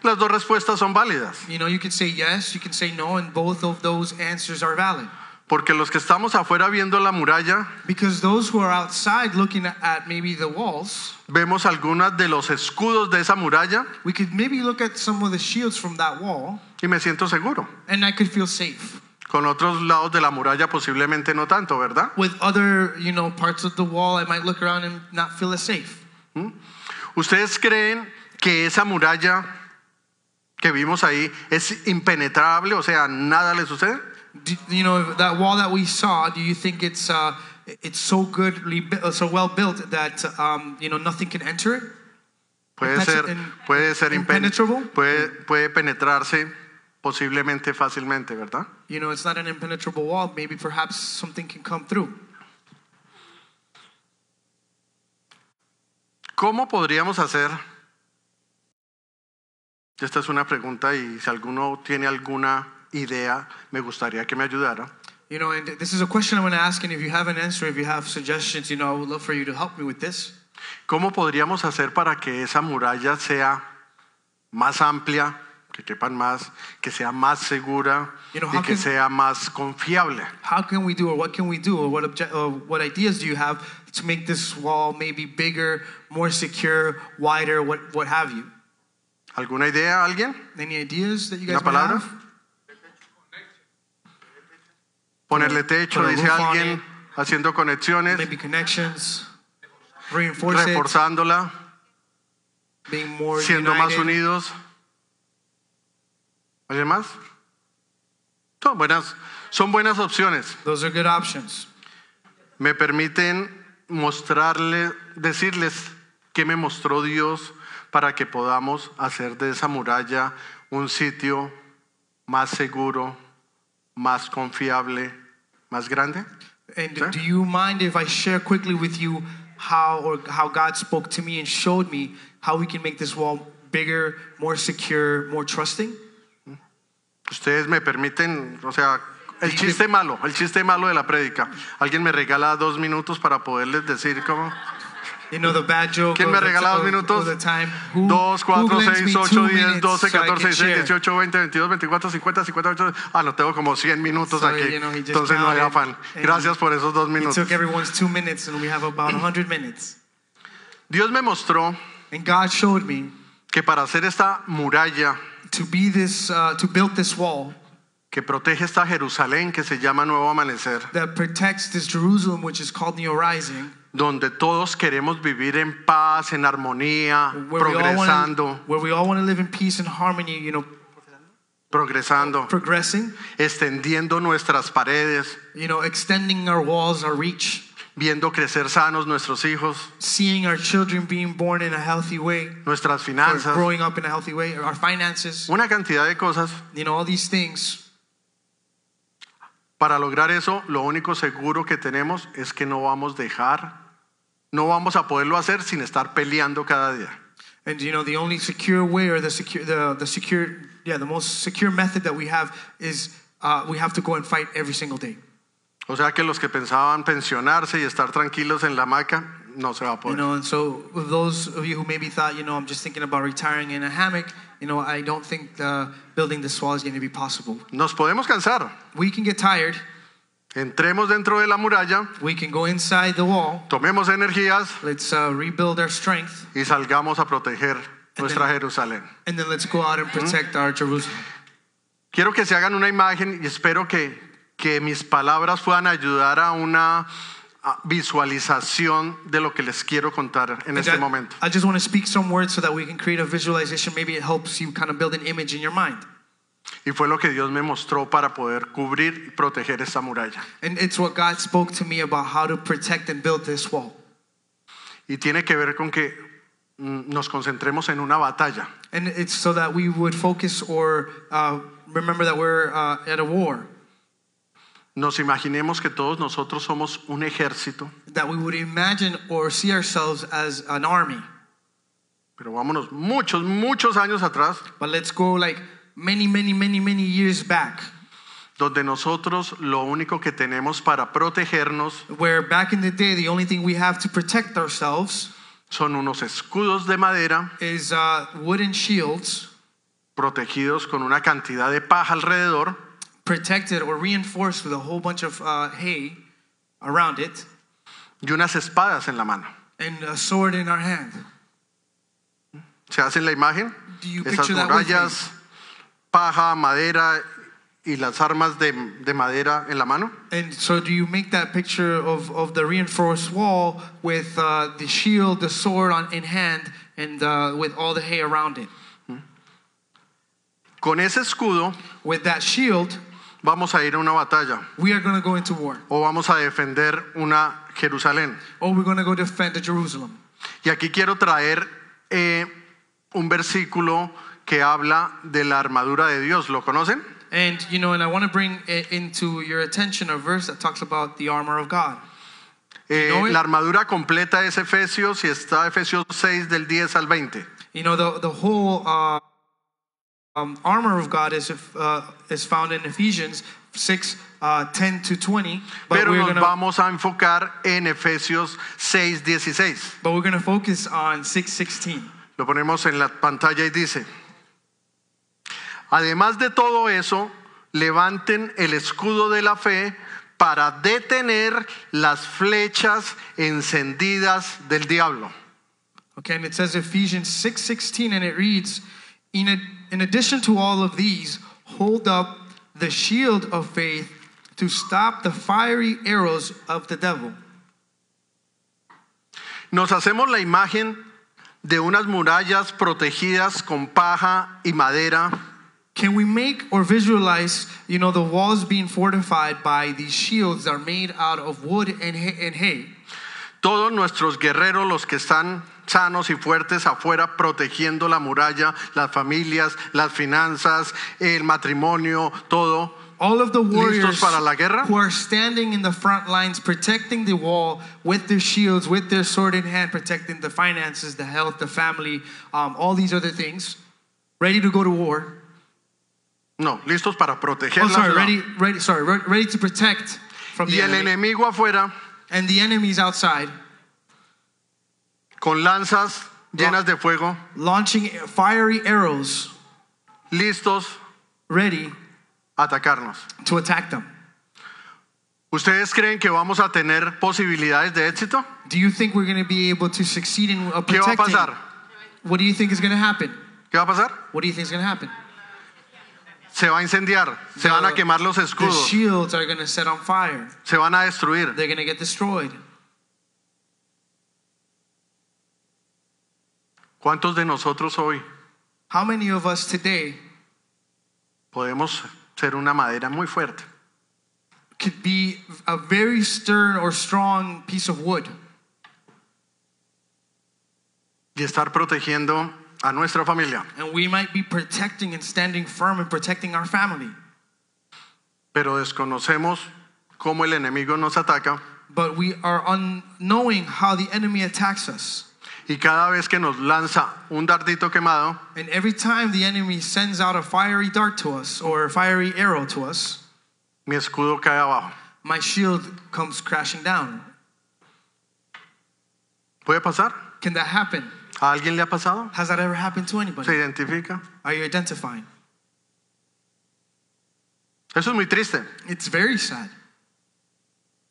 S2: Las dos respuestas son válidas,
S3: You know, you can say yes, you can say no, and both of those answers are valid.
S2: porque los que estamos afuera viendo la muralla,
S3: Because those who are outside looking at maybe the walls,
S2: vemos algunas de los escudos de esa muralla
S3: we could maybe look at some of the shields from that wall,
S2: y me siento seguro.
S3: and I could feel safe.
S2: Con otros lados de la muralla posiblemente no tanto, ¿verdad?
S3: With other, you know, parts of the wall, I might look around and not feel as safe.
S2: ¿Ustedes creen que esa muralla que vimos ahí es impenetrable? O sea, nada le sucede.
S3: Do, you know, that wall that we saw, do you think it's uh, it's so good, so well built that um, you know nothing can enter it?
S2: Puede
S3: Impenetra-
S2: ser,
S3: in-
S2: puede ser impen-
S3: impenetrable?
S2: Puede, puede penetrarse posiblemente fácilmente, ¿verdad?
S3: You know, it's not an impenetrable wall. Maybe perhaps something can come through.
S2: ¿Cómo podríamos hacer? Esta es una pregunta y si alguno tiene alguna idea, me gustaría que me ayudara.
S3: You know, and this is a question I'm going to ask, and if you have an answer, if you have suggestions, you know, I would love for you to help me with this.
S2: ¿Cómo podríamos hacer para que esa muralla sea más amplia, que quepan más, que sea más segura
S3: You know,
S2: y
S3: how
S2: que
S3: can-
S2: sea más confiable?
S3: How can we do, or what can we do, or what obje- or what ideas do you have to make this wall maybe bigger, more secure, wider, what what have you?
S2: ¿Alguna idea, alguien?
S3: Any ideas that you
S2: ¿Una
S3: guys might
S2: palabra?
S3: have?
S2: Ponerle techo,
S3: Poner
S2: dice
S3: roof on
S2: alguien,
S3: it.
S2: haciendo conexiones,
S3: Maybe connections, reinforce it,
S2: reforzándola,
S3: being more
S2: siendo más
S3: united.
S2: unidos. ¿Alguien más? Son buenas, son buenas opciones.
S3: Those are good options.
S2: me permiten mostrarle, decirles qué me mostró Dios para que podamos hacer de esa muralla un sitio más seguro, más confiable, más grande.
S3: And
S2: Sure.
S3: do you mind if I share quickly with you how or how God spoke to me and showed me how we can make this wall bigger, more secure, more trusting?
S2: Ustedes me permiten, o sea, el chiste malo, el chiste malo de la prédica. Alguien me regala dos minutos para poderles decir cómo.
S3: You know the bad joke.
S2: ¿Quién me
S3: of the-
S2: regala dos
S3: of-
S2: minutos?
S3: of the time. Who,
S2: 2, 4,
S3: who lends
S2: 6,
S3: me
S2: 8,
S3: two
S2: 10,
S3: minutes
S2: 12,
S3: so I can
S2: 14, 16,
S3: share?
S2: 18, 20, 22, 24, 50, 58. Ah, no, tengo como 100 minutos
S3: So,
S2: aquí.
S3: you know, he just
S2: Entonces no hay
S3: counted
S2: afán.
S3: and
S2: Gracias por esos dos
S3: It
S2: minutos.
S3: took everyone's two minutes, and we have about 100 minutes.
S2: Dios me mostró
S3: And God showed me
S2: que para hacer esta muralla
S3: to be this, uh, to build this wall
S2: que protege esta Jerusalén que se llama Nuevo Amanecer,
S3: that protects this Jerusalem, which is called New Rising,
S2: donde todos queremos vivir en paz, en armonía,
S3: where we all want to,
S2: progresando,
S3: where we all want to live in peace and harmony. You know,
S2: progresando,
S3: progressing.
S2: extendiendo nuestras paredes,
S3: you know, extending our walls, our reach,
S2: viendo crecer sanos nuestros hijos,
S3: seeing our children being born in a healthy way,
S2: nuestras
S3: or
S2: finanzas,
S3: growing up in a healthy way, or our finances,
S2: una cantidad de cosas
S3: you know, all these things.
S2: Para lograr eso, lo único seguro que tenemos es que no vamos a dejar, no vamos a poderlo hacer sin estar peleando cada día.
S3: And you know, the only secure way, or the secure, the, the secure, yeah, the most secure method that we have is uh, we have to go and fight every single day.
S2: O sea que los que pensaban pensionarse y estar tranquilos en la hamaca, no se va a
S3: You
S2: poder.
S3: know, and so with those of you who maybe thought, you know, I'm just thinking about retiring in a hammock. You know, I don't think uh, building this wall is going to be possible.
S2: Nos podemos cansar.
S3: We can get tired.
S2: Entremos dentro de la muralla,
S3: We can go inside the wall.
S2: tomemos energías
S3: Let's uh, rebuild our strength.
S2: y salgamos a proteger nuestra Jerusalén.
S3: And then let's go out and protect our Jerusalem.
S2: Quiero que se hagan una imagen y espero que, que mis palabras puedan ayudar a una a, visualización de lo que les quiero contar en este
S3: I-
S2: momento.
S3: I just want to speak some words so that we can create a visualization. Maybe it helps you kind of build an image in your mind.
S2: Y fue lo que Dios me mostró para poder cubrir y proteger esta muralla.
S3: And it's what God spoke to me about how to protect and build this wall.
S2: Y tiene que ver con que mm, nos concentremos en una batalla.
S3: And it's so that we would focus or uh, remember that we're uh, at a war,
S2: Nos imaginemos que todos nosotros somos un ejército,
S3: that we would imagine or see ourselves as an army.
S2: pero vámonos muchos, muchos años atrás
S3: But let's go like many, many, many, many years back.
S2: donde nosotros lo único que tenemos para protegernos
S3: Where back in the day, the only thing we have to protect ourselves
S2: son unos escudos de madera
S3: is uh, wooden shields,
S2: protegidos con una cantidad de paja alrededor
S3: protected or reinforced with a whole bunch of uh, hay around it,
S2: y unas espadas en la mano.
S3: and a sword in our hand.
S2: ¿Se hacen la imagen?
S3: Do you
S2: Esas
S3: picture that with
S2: murallas, paja, madera y las armas de, de madera en la mano.
S3: And so, do you make that picture of, of the reinforced wall with uh, the shield, the sword on, in hand, and uh, with all the hay around it?
S2: Con ese escudo
S3: With that shield,
S2: vamos a ir a una batalla
S3: we are going to go into war,
S2: o vamos a defender una Jerusalén.
S3: or we're going to go defend the Jerusalem.
S2: Y aquí quiero traer eh, un versículo que habla de la armadura de Dios. ¿Lo conocen?
S3: And you know, and I want to bring i- into your attention a verse that talks about the armor of God.
S2: Eh,
S3: No, eh.
S2: la armadura completa es Efesios y está Efesios 6 del 10 al 20.
S3: You know, the the whole uh, um, armor of God is if, uh, is found in Ephesians six uh, ten to twenty. But
S2: Pero
S3: we're
S2: nos
S3: going to
S2: vamos a enfocar en Efesios 6, 16.
S3: but we're going to focus on six sixteen.
S2: Lo ponemos en la pantalla y dice, además de todo eso, levanten el escudo de la fe para detener las flechas encendidas del diablo.
S3: Okay, and it says Ephesians 6:16 and it reads, in, ad- in addition to all of these, hold up the shield of faith to stop the fiery arrows of the devil.
S2: Nos hacemos la imagen de unas murallas protegidas con paja y madera
S3: Can we make or visualize, you know, the walls being fortified by these shields that are made out of wood and hay, and hay?
S2: Todos nuestros guerreros, los que están sanos y fuertes afuera, protegiendo la muralla, las familias, las finanzas, el matrimonio, todo.
S3: All of the warriors
S2: para la guerra?
S3: who are standing in the front lines protecting the wall with their shields, with their sword in hand, protecting the finances, the health, the family, um, all these other things, ready to go to war.
S2: No, listos para proteger
S3: Oh,
S2: la
S3: sorry,
S2: ciudad.
S3: ready, ready, sorry, re- ready to protect from
S2: Y
S3: the
S2: el
S3: enemy.
S2: enemigo afuera,
S3: And the enemies outside,
S2: con lanzas llenas de fuego,
S3: launching fiery arrows,
S2: listos
S3: ready
S2: a atacarnos.
S3: to attack them.
S2: ¿Ustedes creen que vamos a tener posibilidades de éxito?
S3: Do you think we're going to be able to succeed in uh,
S2: ¿Qué va a
S3: protecting?
S2: pasar?
S3: What do you think is going to happen?
S2: ¿Qué va a pasar?
S3: What do you think is going to happen?
S2: Se va a incendiar, se van a quemar los
S3: The
S2: escudos,
S3: shields are going to set on fire.
S2: se van a destruir.
S3: They're going to get destroyed.
S2: ¿Cuántos de nosotros hoy
S3: How many of us today
S2: podemos ser una madera muy fuerte?
S3: could be a very stern or strong piece of wood
S2: y estar protegiendo a nuestra familia,
S3: and we might be protecting and standing firm and protecting our family,
S2: pero desconocemos cómo el enemigo nos ataca
S3: but we are unknowing how the enemy attacks us.
S2: y cada vez que nos lanza un dardito quemado,
S3: And every time the enemy sends out a fiery dart to us or a fiery arrow to us,
S2: mi escudo cae abajo.
S3: my shield comes crashing down.
S2: ¿Puede pasar?
S3: Can that happen?
S2: ¿A alguien le ha pasado?
S3: Has that ever happened to anybody?
S2: ¿Se identifica?
S3: Are you identifying?
S2: Eso es muy triste,
S3: It's very sad.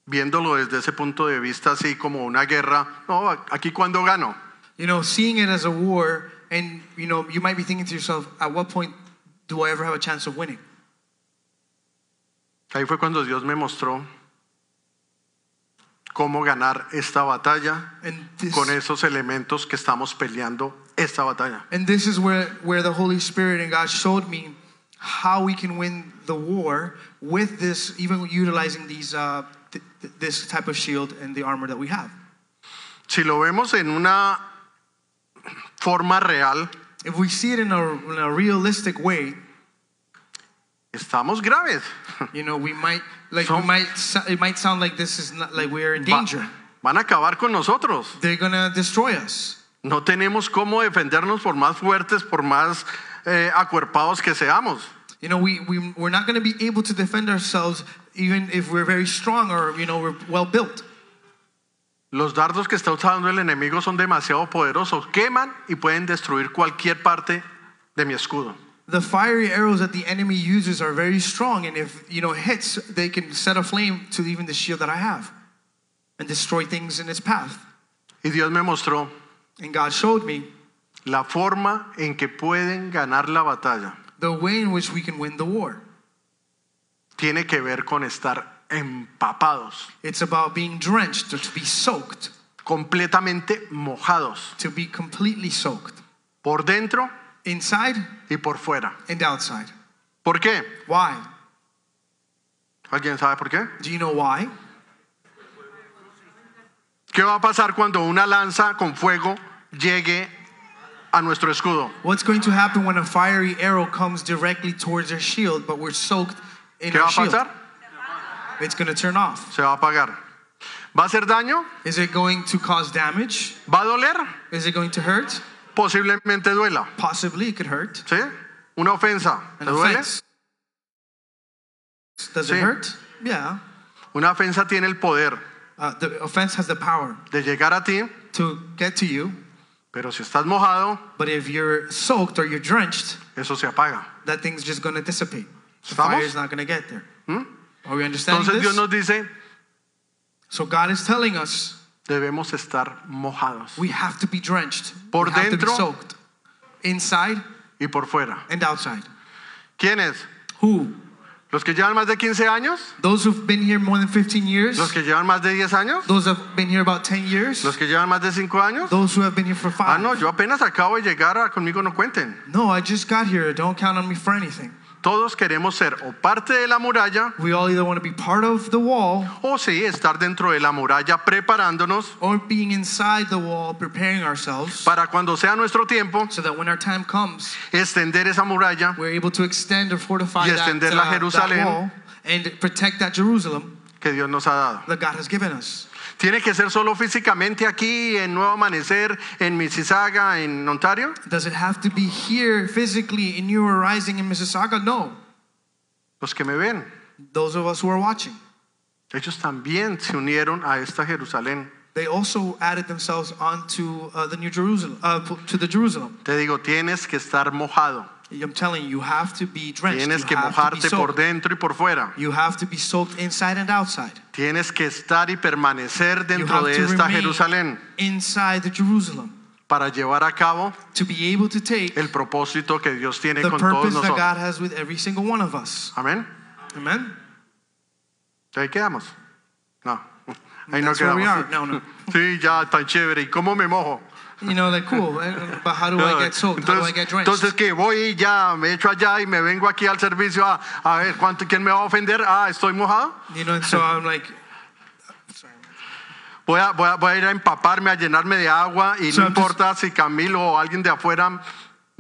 S2: viéndolo desde ese punto de vista, así como una guerra. No, aquí cuando gano.
S3: You know, seeing it as a war, and you know, you might be thinking to yourself, at what point do I ever have a chance of winning?
S2: Ahí fue cuando Dios me mostró cómo ganar esta batalla
S3: And this,
S2: con esos elementos que estamos peleando esta batalla.
S3: and this is where, where the Holy Spirit and God showed me how we can win the war with this, even utilizing these, uh, th- th- this type of shield and the armor that we have.
S2: si lo vemos en una forma real,
S3: If we see it in a, in a realistic way,
S2: estamos graves.
S3: you know, we might like
S2: So-
S3: we might so- it might sound like this is not like we're in
S2: Va-
S3: danger.
S2: van a acabar con nosotros.
S3: They're gonna destroy us.
S2: No tenemos cómo defendernos por más fuertes, por más eh, acuerpados que seamos.
S3: You know, we, we, we're not going to be able to defend ourselves even if we're very strong or, you know, we're well built.
S2: Los dardos que está usando el enemigo son demasiado poderosos, queman y pueden destruir cualquier parte de mi escudo.
S3: The fiery arrows that the enemy uses are very strong, and if, you know, hits, they can set aflame to even the shield that I have and destroy things in its path.
S2: Y Dios me mostró
S3: And God showed me
S2: la forma en que pueden ganar la batalla.
S3: the way in which we can win the war.
S2: Tiene que ver con estar empapados,
S3: It's about being drenched or to be soaked,
S2: completamente mojados,
S3: to be completely soaked,
S2: por dentro
S3: inside
S2: y por fuera.
S3: and outside.
S2: ¿Por qué?
S3: Why?
S2: ¿Alguien sabe por qué?
S3: Do you know why?
S2: ¿Qué va a pasar cuando una lanza con fuego llegue a nuestro escudo?
S3: What's going to happen when a fiery arrow comes directly towards our shield, but we're soaked in
S2: ¿Qué va
S3: our
S2: a
S3: shield?
S2: pasar?
S3: It's going to turn off.
S2: Se va a apagar. ¿Va a hacer daño?
S3: Is it going to cause damage?
S2: ¿Va a doler?
S3: Is it going to hurt?
S2: Posiblemente duela.
S3: Possibly, it could hurt.
S2: ¿Sí? Una ofensa. ¿Te
S3: An
S2: duele?
S3: offense. Does
S2: Sí.
S3: it hurt? Yeah.
S2: Una ofensa tiene el poder
S3: Uh, the offense has the power
S2: de llegar a ti,
S3: to get to you,
S2: pero si estás mojado,
S3: but if you're soaked or you're drenched,
S2: eso se apaga.
S3: that thing's just going to dissipate. The
S2: Estamos? Hmm?
S3: fire is not going to get there. Are we understanding
S2: Entonces
S3: this?
S2: Dios nos dice,
S3: So God is telling us
S2: debemos estar mojados
S3: we have to be drenched.
S2: Por
S3: we have to be
S2: dentro.
S3: soaked. Inside
S2: y por fuera.
S3: and outside.
S2: ¿Quiénes?
S3: Who?
S2: ¿Los que llevan más de 15 años?
S3: Those who've been here more than 15 years?
S2: ¿Los que llevan más de 10 años?
S3: Those who've been here about 10 years?
S2: ¿Los que llevan más de 5 años?
S3: Those who have been here for
S2: Ah,
S3: five?
S2: no, yo apenas acabo de llegar, ah, conmigo no cuenten.
S3: No, I just got here. Don't count on me for anything.
S2: Todos queremos ser o parte de la muralla
S3: We all either want to be part of the wall
S2: o sí estar dentro de la muralla preparándonos
S3: or being inside the wall preparing ourselves
S2: para cuando sea nuestro tiempo
S3: so that when our time comes,
S2: extender esa muralla
S3: we're able to extend or fortify
S2: Y
S3: that, uh,
S2: extenderla a
S3: that
S2: Jerusalén.
S3: wall and protect that Jerusalem
S2: que Dios nos ha dado.
S3: that God has given us.
S2: ¿Tiene que ser solo físicamente aquí, en Nuevo Amanecer, en Mississauga, en Ontario?
S3: Does it have to be here physically in New Rising in Mississauga? No.
S2: Los que me ven,
S3: Those of us who are watching,
S2: ellos también se unieron a esta Jerusalén.
S3: they also added themselves onto uh, the New Jerusalem, uh, to the Jerusalem.
S2: Te digo, tienes que estar mojado,
S3: I'm telling you, you have to be drenched.
S2: tienes
S3: you
S2: que
S3: have to be
S2: mojarte por
S3: soaked.
S2: dentro y por fuera,
S3: You have to be soaked inside and outside.
S2: tienes que estar y permanecer
S3: you
S2: dentro
S3: have
S2: de
S3: to
S2: esta
S3: remain
S2: Jerusalén
S3: inside the Jerusalem
S2: para llevar a cabo
S3: to be able to take
S2: el propósito que Dios tiene
S3: the
S2: con todos
S3: purpose that
S2: nosotros.
S3: God has with every single one of us.
S2: Amén.
S3: Amen.
S2: Ahí quedamos. No, ahí no
S3: That's where we
S2: quedamos.
S3: are. No, no.
S2: Sí, ya, tan chévere. ¿Y cómo me mojo?
S3: You know, like cool, eh, but how do I get soaked? How do I
S2: Entonces,
S3: get drenched?
S2: entonces que voy y ya me echo allá y me vengo aquí al servicio a, a ver cuánto quién me va a ofender. Ah, estoy mojado.
S3: You know, and so I'm like, sorry.
S2: Voy a, voy a- voy a ir a empaparme, a llenarme de agua y
S3: So
S2: no
S3: I'm just-
S2: importa si Camilo o alguien de afuera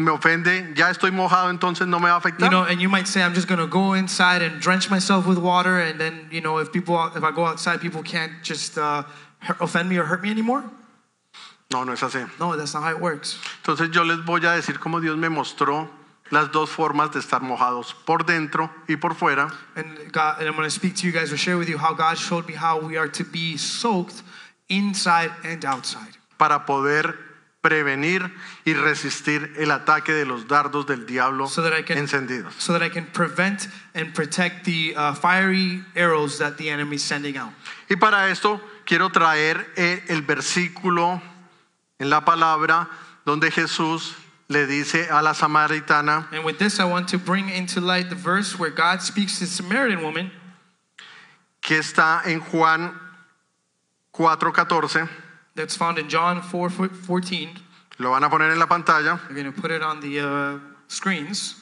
S2: me ofende. Ya estoy mojado, entonces no me va a afectar.
S3: You know, and you might say, I'm just gonna go inside and drench myself with water, and then you know, if people, if I go outside, people can't just uh, hu- offend me or hurt me anymore.
S2: no, no es así.
S3: No, that's not how it works.
S2: Entonces yo les voy a decir cómo Dios me mostró las dos formas de estar mojados, por dentro y por fuera.
S3: And God, and I'm gonna speak to you guys or share with you how God showed me how we are to be soaked inside and outside
S2: para poder prevenir y resistir el ataque de los dardos del diablo
S3: So that I can-
S2: encendidos.
S3: so that I can prevent and protect the uh, fiery arrows that the enemy's sending out.
S2: Y para esto quiero traer eh, el versículo en la palabra donde Jesús le dice a la samaritana,
S3: And with this, I want to bring into light the verse where God speaks to the Samaritan woman.
S2: que está en Juan 4:14,
S3: That's found in John 4 14.
S2: lo van a poner en la pantalla,
S3: We're going to put it on the uh, screens.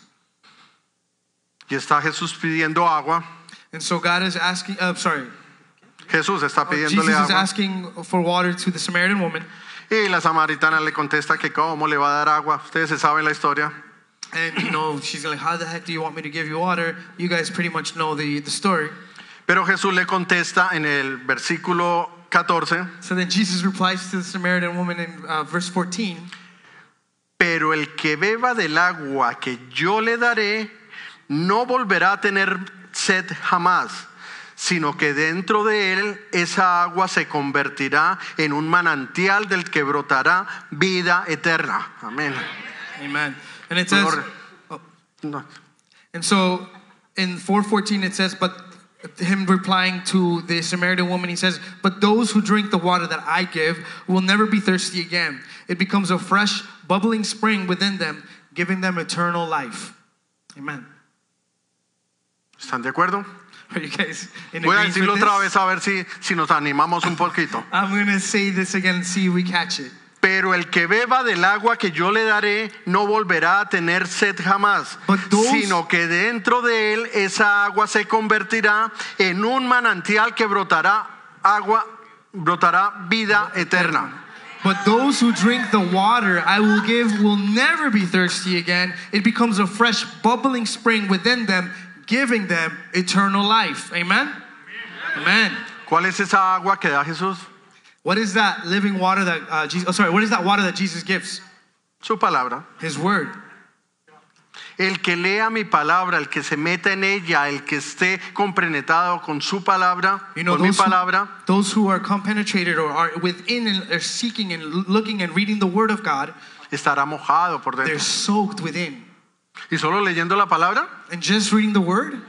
S2: y está Jesús pidiendo agua.
S3: And so God is asking, uh, sorry, uh,
S2: Jesús está
S3: Oh, Jesus
S2: pidiéndole
S3: is
S2: agua.
S3: asking for water to the Samaritan woman.
S2: Y la samaritana le contesta que cómo le va a dar agua. Ustedes se saben la historia.
S3: And, you know, she's like, how the heck do you want me to give you water? You guys pretty much know the, the story.
S2: Pero Jesús le contesta en el versículo 14,
S3: So then Jesus replies to the Samaritan woman in uh, verse 14.
S2: pero el que beba del agua que yo le daré no volverá a tener sed jamás, sino que dentro de él esa agua se convertirá en un manantial del que brotará vida eterna. Amén.
S3: Amen. And it says, Oh,
S2: Glory. No.
S3: and so in 414 it says, but him replying to the Samaritan woman, he says, but those who drink the water that I give will never be thirsty again. It becomes a fresh, bubbling spring within them, giving them eternal life. Amen.
S2: ¿Están de acuerdo?
S3: Are you guys in
S2: Voy a
S3: agreement with
S2: decirlo otra
S3: this?
S2: vez a ver si, si nos animamos un poquito.
S3: I'm going to say this again and see if we catch it.
S2: Pero el que beba del agua que yo le daré no volverá a tener sed jamás,
S3: But those-
S2: sino que dentro de él esa agua se convertirá en un manantial que brotará agua, brotará vida eterna.
S3: But those who drink the water I will give will never be thirsty again. It becomes a fresh, bubbling spring within them, giving them eternal life. Amen? Amen.
S2: ¿Cuál es esa agua que da Jesús?
S3: What is that living water that uh, Jesus, oh, sorry, what is that water that Jesus gives?
S2: Su palabra.
S3: His word.
S2: El que lea mi palabra, el que se meta en ella, el que esté compenetrado con su palabra,
S3: You know,
S2: con mi
S3: those who,
S2: palabra,
S3: those who are compenetrated or are within and are seeking and looking and reading the word of God,
S2: estará mojado por
S3: they're
S2: dentro.
S3: soaked within.
S2: Y solo leyendo la palabra,
S3: And just reading the word,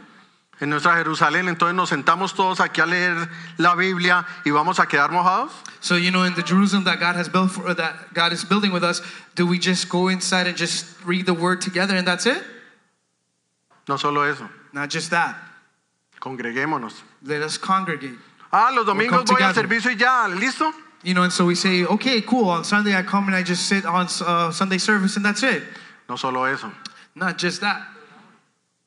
S2: en nuestra Jerusalén, entonces nos sentamos todos aquí a leer la Biblia y vamos a quedar mojados.
S3: So you know, in the Jerusalem that God has built, for, uh, that God is building with us, do we just go inside and just read the Word together and that's it?
S2: No solo eso,
S3: Not just that.
S2: congreguémonos.
S3: Let us congregate.
S2: Ah, los domingos voy al
S3: together.
S2: servicio y ya, ¿listo?
S3: You know, and so we say, okay, cool. On Sunday I come and I just sit on uh, Sunday service and that's it.
S2: No solo eso.
S3: Not just that.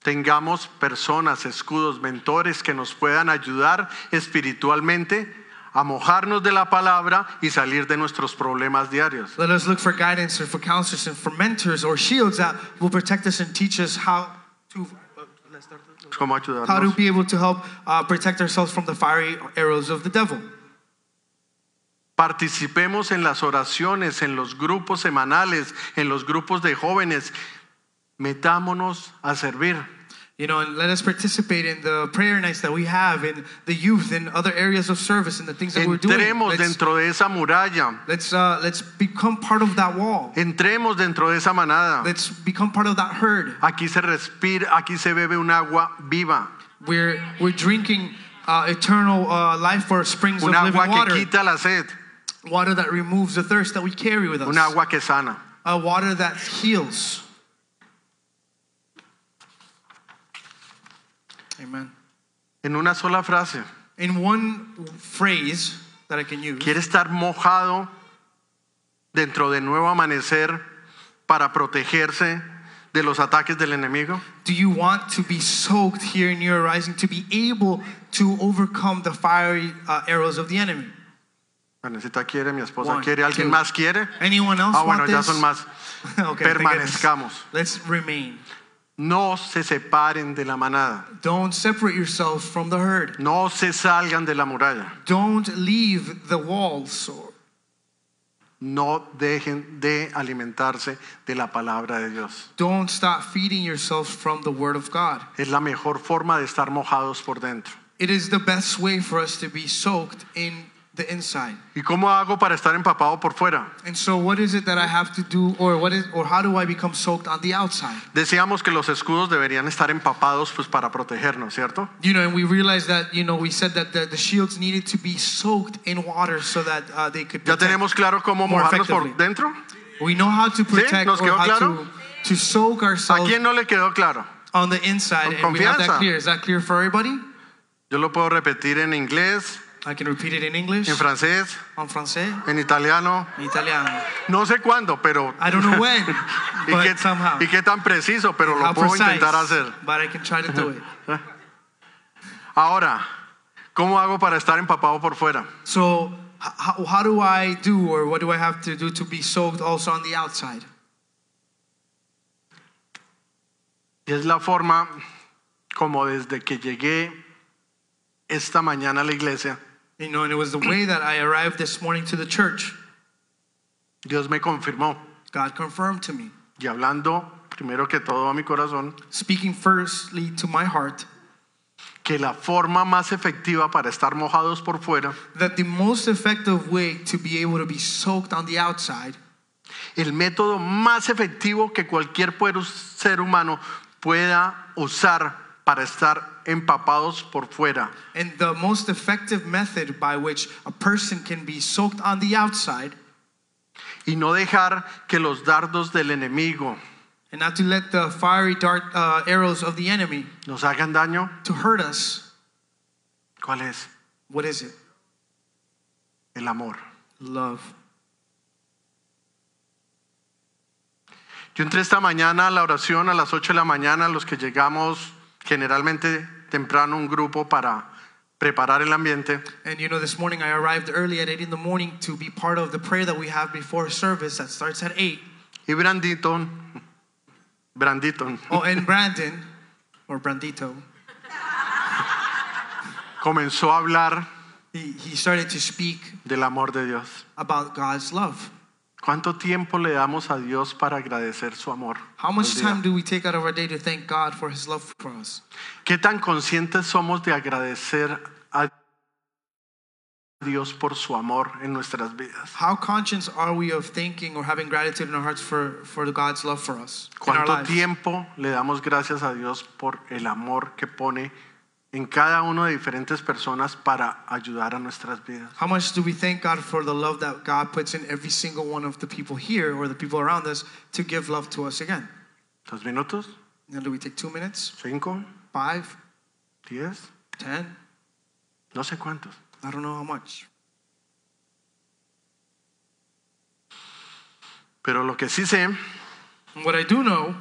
S2: Tengamos personas, escudos, mentores que nos puedan ayudar espiritualmente a mojarnos de la palabra y salir de nuestros problemas diarios.
S3: Let us look for guidance and for counselors and for mentors or shields that will protect us and teach us how to
S2: ¿Cómo
S3: how to
S2: ayudarnos?
S3: be able to help uh, protect ourselves from the fiery arrows of the devil.
S2: Participemos en las oraciones, en los grupos semanales, en los grupos de jóvenes. Metámonos a servir.
S3: You know, and let us participate in the prayer nights that we have in the youth and other areas of service and the things that we're doing.
S2: Entremos
S3: Let's,
S2: dentro de esa muralla.
S3: let's, uh, let's become part of that wall.
S2: Entremos dentro de esa manada.
S3: Let's become part of that herd.
S2: Aquí se respira, aquí se bebe un agua viva.
S3: We're, we're drinking uh, eternal uh, life for springs
S2: Un
S3: of living
S2: agua que
S3: water.
S2: quita la sed.
S3: Water that removes the thirst that we carry with us.
S2: Un agua que sana.
S3: Uh, water that heals. Amen.
S2: En una sola frase.
S3: In one phrase that I can use.
S2: Quiere estar mojado dentro de nuevo amanecer para protegerse de los ataques del enemigo.
S3: Do you want to be soaked here in your rising to be able to overcome the fiery uh, arrows of the enemy?
S2: Vanesita quiere, mi esposa
S3: One,
S2: quiere, alguien
S3: two.
S2: más quiere.
S3: Anyone else
S2: Ah, bueno,
S3: want
S2: ya
S3: this?
S2: son más.
S3: *laughs* okay, thank goodness.
S2: Permanezcamos.
S3: Let's remain.
S2: No se separen de la manada.
S3: Don't separate yourself from the herd.
S2: No se salgan de la muralla.
S3: Don't leave the walls. Or
S2: No dejen de alimentarse de la palabra de Dios.
S3: don't stop feeding yourself from the Word of God.
S2: Es la mejor forma de estar mojados por dentro.
S3: It is the best way for us to be soaked in the inside.
S2: ¿Y cómo hago para estar empapado por fuera?
S3: And so, what is it that I have to do, or what is, or how do I become soaked on the outside?
S2: Decíamos que los escudos deberían estar empapados pues para protegernos, ¿cierto?
S3: You know, and we realized that, you know, we said that the, the shields needed to be soaked in water so that uh, they could
S2: Ya
S3: protect.
S2: tenemos claro cómo
S3: More
S2: mojarnos por
S3: effectively.
S2: dentro.
S3: We know how to protect
S2: ¿nos
S3: or
S2: quedó
S3: how
S2: claro?
S3: to, to soak
S2: ¿A
S3: ourselves
S2: quién no le quedó claro?
S3: on the inside.
S2: Con
S3: and we have
S2: confianza.
S3: that clear. Is that clear for everybody?
S2: Yo lo puedo repetir en inglés,
S3: I can repeat it in English,
S2: en francés,
S3: en français,
S2: en italiano,
S3: en italiano.
S2: no sé cuándo, pero
S3: I don't know when,
S2: *laughs* y,
S3: but
S2: qué,
S3: somehow.
S2: y qué tan preciso, pero
S3: how
S2: lo puedo
S3: precise,
S2: intentar hacer.
S3: But I can try to do it.
S2: Ahora, ¿cómo hago para estar empapado por fuera?
S3: So, h- how, how do I do, or what do I have to do to be soaked also on the outside?
S2: Y es la forma como desde que llegué esta mañana a la iglesia,
S3: You know, and it was the way that I arrived this morning to the church.
S2: Dios me confirmó
S3: God confirmed to me.
S2: y hablando primero que todo a mi corazón,
S3: speaking firstly to my heart,
S2: que la forma más efectiva para estar mojados por fuera,
S3: that the most effective way to be able to be soaked on the outside,
S2: el método más efectivo que cualquier puer- ser humano pueda usar para estar empapados por fuera,
S3: and the most effective method by which a person can be soaked on the outside,
S2: y no dejar que los dardos del enemigo
S3: and not to let the fiery dart uh, arrows of the enemy
S2: nos hagan daño,
S3: to hurt us.
S2: ¿cuál es?
S3: What is it?
S2: El amor.
S3: Love.
S2: Yo entré esta mañana a la oración a las 8 de la mañana, los que llegamos generalmente temprano un grupo para preparar el ambiente.
S3: And you know, this morning I arrived early at 8 in the morning to be part of the prayer that we have before service that starts at 8.
S2: Y Branditon, Branditon,
S3: Oh, and Brandon, or Brandito,
S2: comenzó a hablar
S3: he, he started to speak
S2: del amor de Dios.
S3: about God's love.
S2: ¿Cuánto tiempo le damos a Dios para agradecer su amor?
S3: How much
S2: al día?
S3: time do we take out of our day to thank God for his love for us?
S2: ¿Qué tan conscientes somos de agradecer a Dios por su amor en nuestras vidas?
S3: How conscious are we of thinking or having gratitude in our hearts for, for God's love for us? In our
S2: ¿Cuánto
S3: lives?
S2: tiempo le damos gracias a Dios por el amor que pone en cada una de diferentes personas para ayudar a nuestras vidas?
S3: How much do we thank God for the love that God puts in every single one of the people here or the people around us to give love to us again?
S2: ¿Dos minutos?
S3: Now, do we take two minutes,
S2: ¿Cinco?
S3: five,
S2: ¿Diez?
S3: ten?
S2: No sé cuántos.
S3: I don't know how much.
S2: Pero lo que sí sé
S3: And what I do know,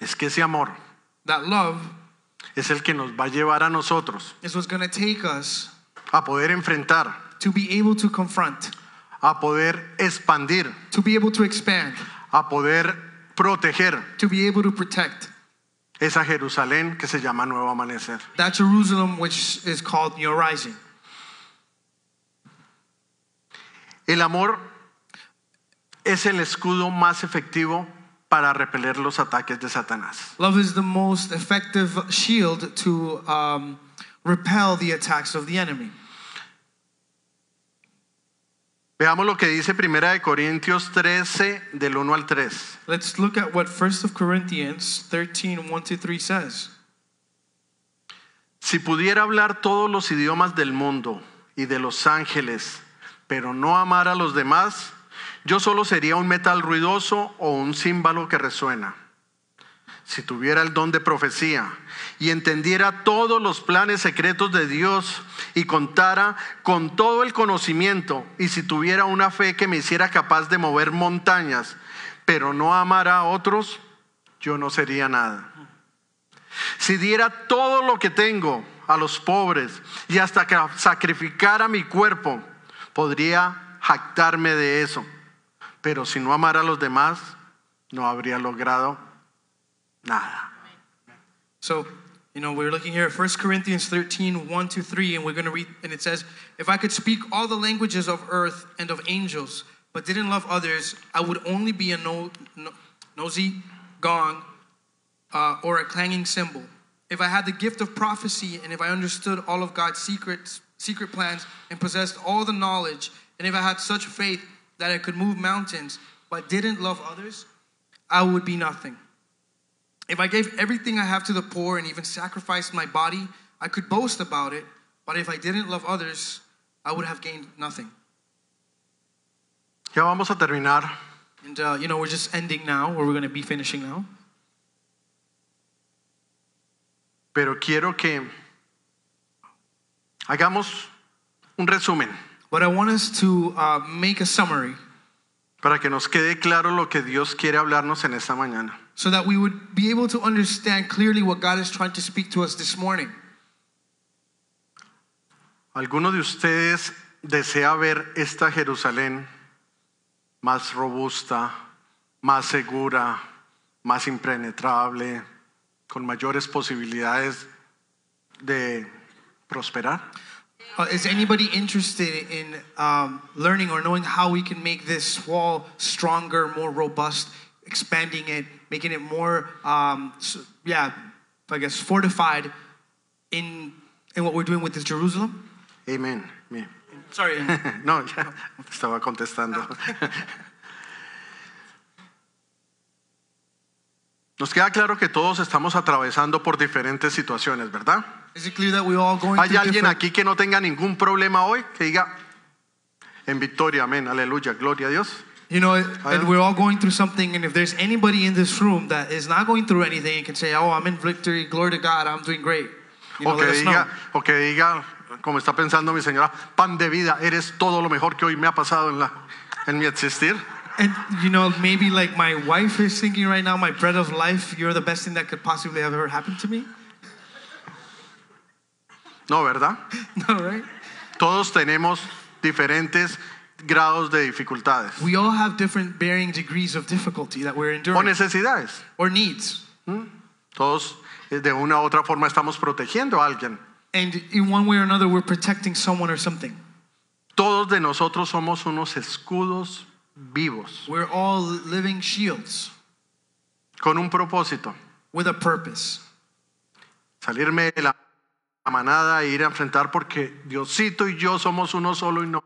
S2: es que ese amor
S3: that love
S2: es el que nos va a llevar a nosotros
S3: is what's going to take us
S2: a poder enfrentar
S3: to be able to confront,
S2: a poder expandir,
S3: to be able to expand,
S2: a poder proteger
S3: to be able to protect
S2: esa Jerusalén que se llama Nuevo Amanecer.
S3: that Jerusalem which is called New Rising.
S2: El amor es el escudo más efectivo para repeler los ataques de Satanás.
S3: Love is the most effective shield to um, repel the attacks of the enemy.
S2: Veamos lo que dice Primera de Corintios 13 del 1 al 3.
S3: Let's look at what 1 of Corinthians 13, 1 to 3 says.
S2: Si pudiera hablar todos los idiomas del mundo y de los ángeles, pero no amar a los demás, yo solo sería un metal ruidoso o un címbalo que resuena. Si tuviera el don de profecía y entendiera todos los planes secretos de Dios y contara con todo el conocimiento, y si tuviera una fe que me hiciera capaz de mover montañas, pero no amara a otros, yo no sería nada. Si diera todo lo que tengo a los pobres y hasta que sacrificara mi cuerpo, podría jactarme de eso. Pero si no amara a los demás, no habría logrado nada.
S3: So, you know, we're looking here at 1 Corinthians 13, 1 to 3, and we're going to read, and it says, If I could speak all the languages of earth and of angels, but didn't love others, I would only be a no, no, nosy gong uh, or a clanging cymbal. If I had the gift of prophecy, and if I understood all of God's secrets, secret plans, and possessed all the knowledge, and if I had such faith that I could move mountains, but didn't love others, I would be nothing. If I gave everything I have to the poor and even sacrificed my body, I could boast about it, but if I didn't love others, I would have gained nothing.
S2: Ya vamos a terminar,
S3: And uh, you know, we're just ending now, or we're going to be finishing now.
S2: pero quiero que hagamos un resumen
S3: But I want us to uh, make a summary
S2: para que nos quede claro lo que Dios quiere hablarnos en esta mañana.
S3: so that we would be able to understand clearly what God is trying to speak to us this morning.
S2: ¿Alguno de ustedes desea ver esta Jerusalén más robusta, más segura, más impenetrable, con mayores posibilidades de prosperar?
S3: Uh, is anybody interested in um, learning or knowing how we can make this wall stronger, more robust, expanding it, making it more, um, s- yeah, I guess fortified in in what we're doing with this Jerusalem.
S2: Amén. Bien. *laughs*
S3: Sorry, *laughs*
S2: No, ya estaba contestando. Nos queda claro que todos estamos atravesando por diferentes situaciones, ¿verdad?
S3: is it clear that we're all going?
S2: ¿Hay
S3: through
S2: alguien
S3: different-
S2: aquí que no tenga ningún problema hoy? Que diga, en victoria, amén, aleluya, gloria a Dios.
S3: You know, and we're all going through something, and if there's anybody in this room that is not going through anything and can say, Oh, I'm in victory, glory to God, I'm doing great. You know,
S2: O que
S3: let us know.
S2: diga, o que diga, como está pensando mi señora, pan de vida, eres todo lo mejor que hoy me ha pasado en, la, en mi existir.
S3: And you know, maybe like my wife is thinking right now, my bread of life, you're the best thing that could possibly have ever happened to me. *laughs*
S2: No, ¿verdad?
S3: No, right?
S2: Todos tenemos diferentes grados de dificultades
S3: We all have different varying degrees of difficulty that we're
S2: o
S3: enduring
S2: necesidades.
S3: or needs.
S2: Todos eh, de una u otra forma estamos protegiendo a alguien.
S3: And in one way or another, we're protecting someone or something.
S2: Todos de nosotros somos unos escudos vivos
S3: We're all living shields
S2: con un propósito,
S3: with a purpose.
S2: salirme de la la manada e ir a enfrentar porque Diosito y yo somos uno solo y no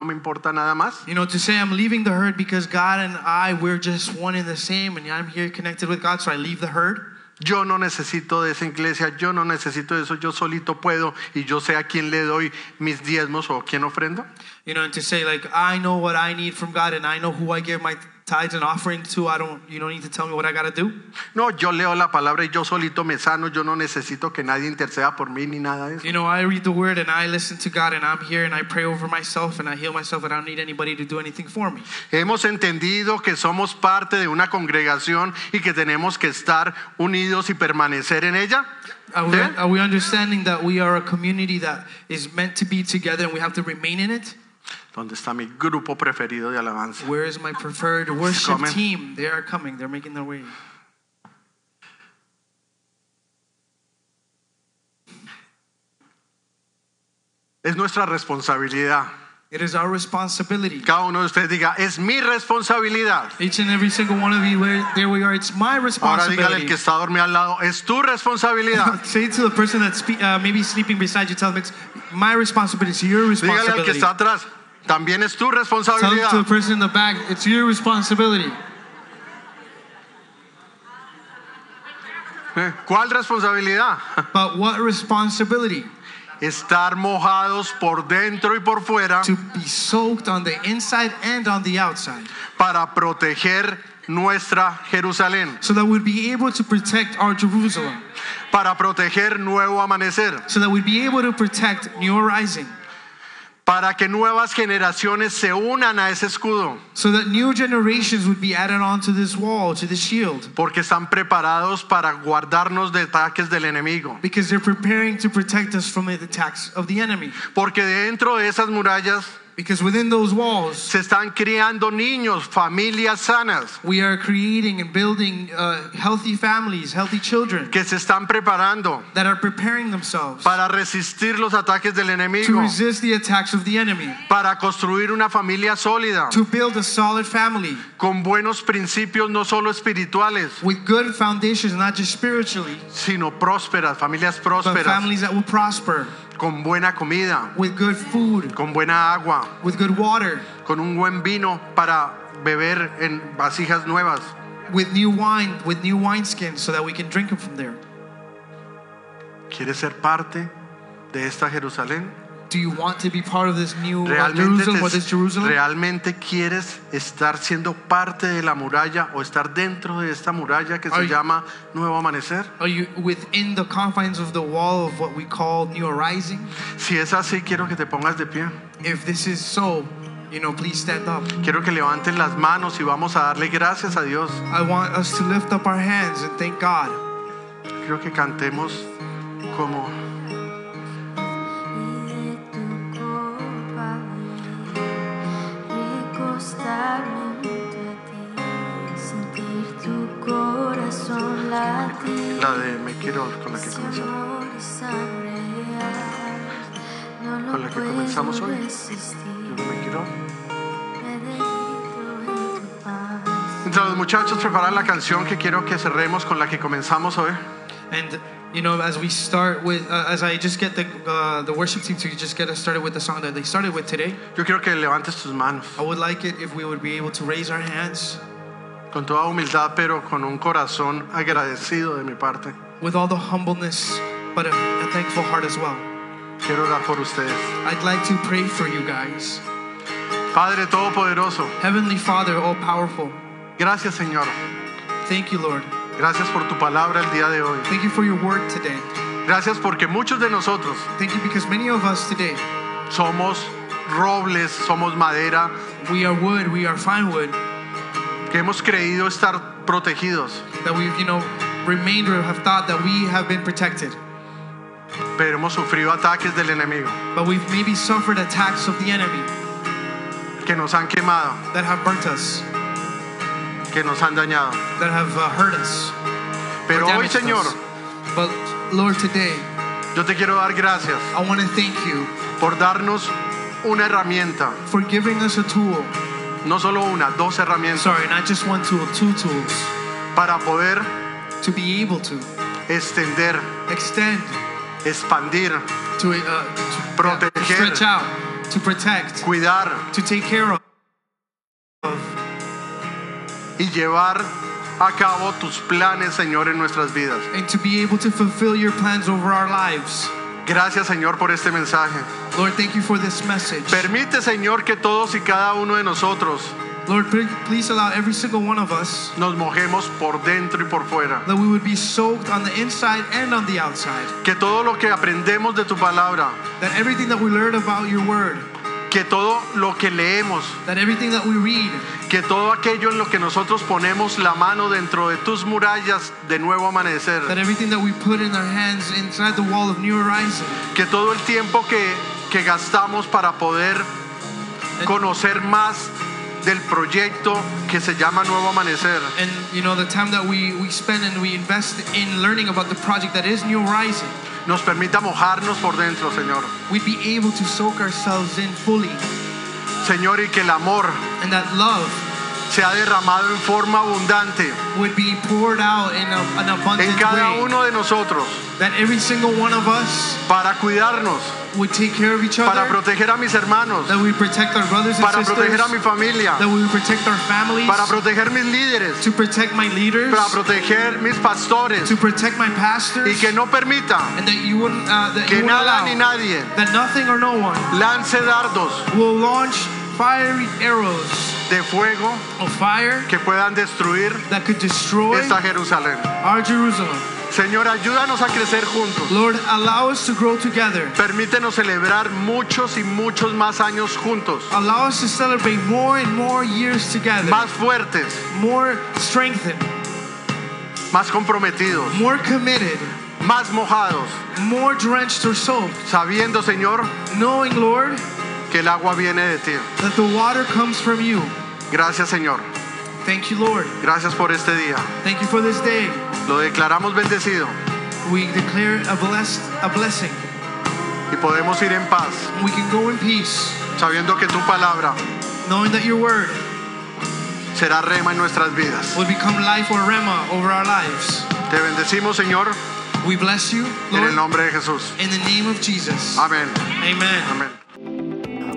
S2: no me importa nada más.
S3: You know, to say I'm leaving the herd because God and I, we're just one and the same, and I'm here connected with God, so I leave the herd.
S2: Yo no necesito de esa iglesia, yo no necesito de eso, yo solito puedo y yo sé a quién le doy mis diezmos o a quién ofrendo.
S3: You know, and to say like I know what I need from God and I know who I give my tithes and offering to. I don't you don't need to tell me what I gotta do.
S2: No, yo leo la palabra y yo solito me sano, yo no necesito que nadie interceda por mí ni nada de eso.
S3: You know, I read the word and I listen to God and I'm here and I pray over myself and I heal myself and I don't need anybody to do anything for me.
S2: Hemos entendido que somos parte de una congregación y que tenemos que estar unidos y permanecer en ella.
S3: Are we,
S2: ¿Sí?
S3: are we understanding that we are a community that is meant to be together and we have to remain in it?
S2: ¿Dónde está mi grupo preferido de alabanza?
S3: Where is my preferred worship
S2: coming.
S3: team? They are coming. They're making their way.
S2: Es nuestra responsabilidad.
S3: It is our responsibility.
S2: Cada uno de ustedes diga, es mi responsabilidad.
S3: Each and every single one of you, where, there we are. It's my
S2: Ahora dígale al
S3: responsibility.
S2: que está dormido al lado, es tu
S3: *laughs*
S2: responsabilidad.
S3: Say to the person that's spe- uh, maybe sleeping beside you, tell them it's my responsibility, it's your
S2: Dígale al que
S3: responsibility.
S2: está atrás, también es tu
S3: Tell it to the
S2: responsabilidad.
S3: person in the back, it's your responsibility.
S2: ¿Eh? ¿Cuál responsabilidad?
S3: But what responsibility?
S2: Estar mojados por dentro y por fuera
S3: To be soaked on the inside and on the outside,
S2: para proteger nuestra Jerusalén,
S3: so that we'd be able to protect our Jerusalem,
S2: para proteger nuevo amanecer,
S3: so that we'd be able to protect New Rising,
S2: para que nuevas generaciones se unan a ese escudo,
S3: so that new generations would be added onto this wall, to this shield,
S2: porque están preparados para guardarnos de ataques del enemigo.
S3: because they're preparing to protect us from the attacks of the enemy.
S2: Porque dentro de esas murallas
S3: Because within those walls,
S2: se están criando niños, familias sanas,
S3: We are creating and building uh, healthy families, healthy children
S2: que se están preparando
S3: that are preparing themselves
S2: para resistir los ataques del
S3: to
S2: enemigo,
S3: resist the attacks of the enemy,
S2: para construir una familia sólida,
S3: to build a solid family
S2: con buenos principios no solo espirituales,
S3: with good foundations, not just spiritually,
S2: sino prósperas, familias
S3: but
S2: prósperas,
S3: families that will prosper
S2: con buena comida,
S3: with good food,
S2: con buena agua,
S3: with good water,
S2: con un buen vino para beber en vasijas nuevas.
S3: with new wine, with new wineskins so that we can drink them from there.
S2: ¿Quieres ser parte de esta Jerusalén?
S3: Do you want to be part of this new uh,
S2: ¿Realmente,
S3: Jerusalem or
S2: te-
S3: this Jerusalem?
S2: ¿Realmente quieres estar siendo parte de la muralla o estar dentro de esta muralla que se
S3: Are you-
S2: llama Nuevo Amanecer?
S3: Are you within the confines of the wall of what we call New Arising?
S2: Si es así, quiero que te pongas de pie.
S3: If this is so, you know, please stand up.
S2: Quiero que levantes las manos y vamos a darle gracias a Dios.
S3: I want us to lift up our hands and thank God.
S2: Quiero que cantemos como...
S4: de tu copa recostarme junto a ti sentir tu corazón latir
S2: La de me quiero con la que
S4: ese
S2: comenzamos.
S4: amor es tan real, no lo
S2: Con la que
S4: puedo
S2: comenzamos hoy.
S4: resistir
S2: Yo no me quiero.
S4: me derrito en tu paz
S2: Mientras los muchachos preparan la canción que quiero que cerremos con la que comenzamos hoy,
S3: And you know, as we start with, uh, as I just get the uh, the worship team to just get us started with the song that they started with today,
S2: yo quiero que levantes tus manos
S3: I would like it if we would be able to raise our hands
S2: con toda humildad, pero con un corazón agradecido de mi parte.
S3: with all the humbleness, but a, a thankful heart as well.
S2: Quiero orar por ustedes.
S3: I'd like to pray for you guys,
S2: Padre Todopoderoso,
S3: Heavenly Father, all powerful.
S2: gracias Señor.
S3: Thank you, Lord.
S2: Gracias por tu palabra el día de hoy.
S3: Thank you for your word today.
S2: Gracias porque muchos de nosotros
S3: Thank you because many of us today,
S2: somos robles, somos madera,
S3: we are wood, we are fine wood,
S2: que hemos creído estar protegidos,
S3: that we've, you know, remained or have thought that we have been protected.
S2: pero hemos sufrido ataques del enemigo
S3: But we've maybe suffered attacks of the enemy
S2: que nos han quemado,
S3: that have burnt us,
S2: que nos han dañado.
S3: that have uh, hurt us.
S2: Pero hoy,
S3: damaged
S2: Señor,
S3: us. But Lord, today
S2: yo te quiero dar gracias
S3: I want to thank you
S2: por darnos una herramienta,
S3: for giving us a tool.
S2: no solo una, dos herramientas,
S3: Sorry, not just one tool, two tools
S2: para poder
S3: to be able to
S2: extender,
S3: extend,
S2: expandir,
S3: to, uh, to
S2: Proteger.
S3: to stretch out, to protect,
S2: cuidar
S3: to take care of, of,
S2: y llevar a cabo tus planes, Señor, en nuestras vidas.
S3: and to be able to fulfill your plans over our lives.
S2: Gracias, Señor, por este mensaje.
S3: Lord, thank you for this message.
S2: Permite, Señor, que todos y cada uno de nosotros
S3: Lord, pl- please allow every single one of us
S2: nos mojemos por dentro y por fuera.
S3: that we would be soaked on the inside and on the outside.
S2: Que todo lo que aprendemos de tu palabra,
S3: That everything that we learn about your word,
S2: que todo lo que leemos,
S3: that everything that we read,
S2: que todo aquello en lo que nosotros ponemos la mano dentro de tus murallas de nuevo amanecer,
S3: that everything that we put in our hands inside the wall of New Horizon,
S2: que todo el tiempo que, que gastamos para poder conocer más del proyecto que se llama Nuevo Amanecer,
S3: and you know the time that we, we spend and we invest in learning about the project that is New Horizon,
S2: nos permita mojarnos por dentro, Señor.
S3: we'd be able to soak ourselves in fully,
S2: Señor, y que el amor
S3: and that love
S2: se ha derramado en forma abundante
S3: would be poured out in a, an abundant
S2: en cada
S3: way.
S2: uno de nosotros
S3: That every single one of us
S2: para cuidarnos,
S3: would take care of each
S2: para
S3: other.
S2: proteger a mis hermanos,
S3: that we protect our brothers and
S2: para
S3: sisters.
S2: proteger a mi familia,
S3: that we protect our families.
S2: para proteger mis líderes,
S3: to protect my leaders.
S2: para proteger mis pastores
S3: to protect my pastors.
S2: y que no permita
S3: and that you wouldn't, uh, that
S2: que
S3: you wouldn't
S2: nada
S3: allow
S2: ni nadie
S3: that nothing or no one
S2: lance dardos
S3: will launch fiery arrows
S2: de fuego
S3: of fire
S2: que puedan destruir
S3: that could destroy
S2: esta Jerusalén.
S3: our Jerusalem.
S2: Señor, ayúdanos a crecer juntos.
S3: Lord, allow us to grow together.
S2: Permítenos celebrar muchos y muchos más años juntos,
S3: Allow us to celebrate more and more years together,
S2: más fuertes,
S3: more strengthened,
S2: más comprometidos,
S3: more committed,
S2: más mojados,
S3: more drenched or soaked,
S2: sabiendo, Señor,
S3: knowing, Lord,
S2: que el agua viene de ti.
S3: that the water comes from you.
S2: Gracias, Señor.
S3: Thank you, Lord.
S2: Gracias por este día.
S3: Thank you for this day.
S2: Lo declaramos bendecido
S3: We declare a blessed a blessing.
S2: y podemos ir en paz,
S3: We can go in peace,
S2: sabiendo que tu palabra
S3: knowing that your word
S2: será rema en nuestras vidas.
S3: will become life or rema over our lives.
S2: Te bendecimos, Señor,
S3: We bless you,
S2: en el
S3: Lord,
S2: nombre de Jesús.
S3: in the name of Jesus.
S2: Amén.
S3: Amen.
S2: Amén.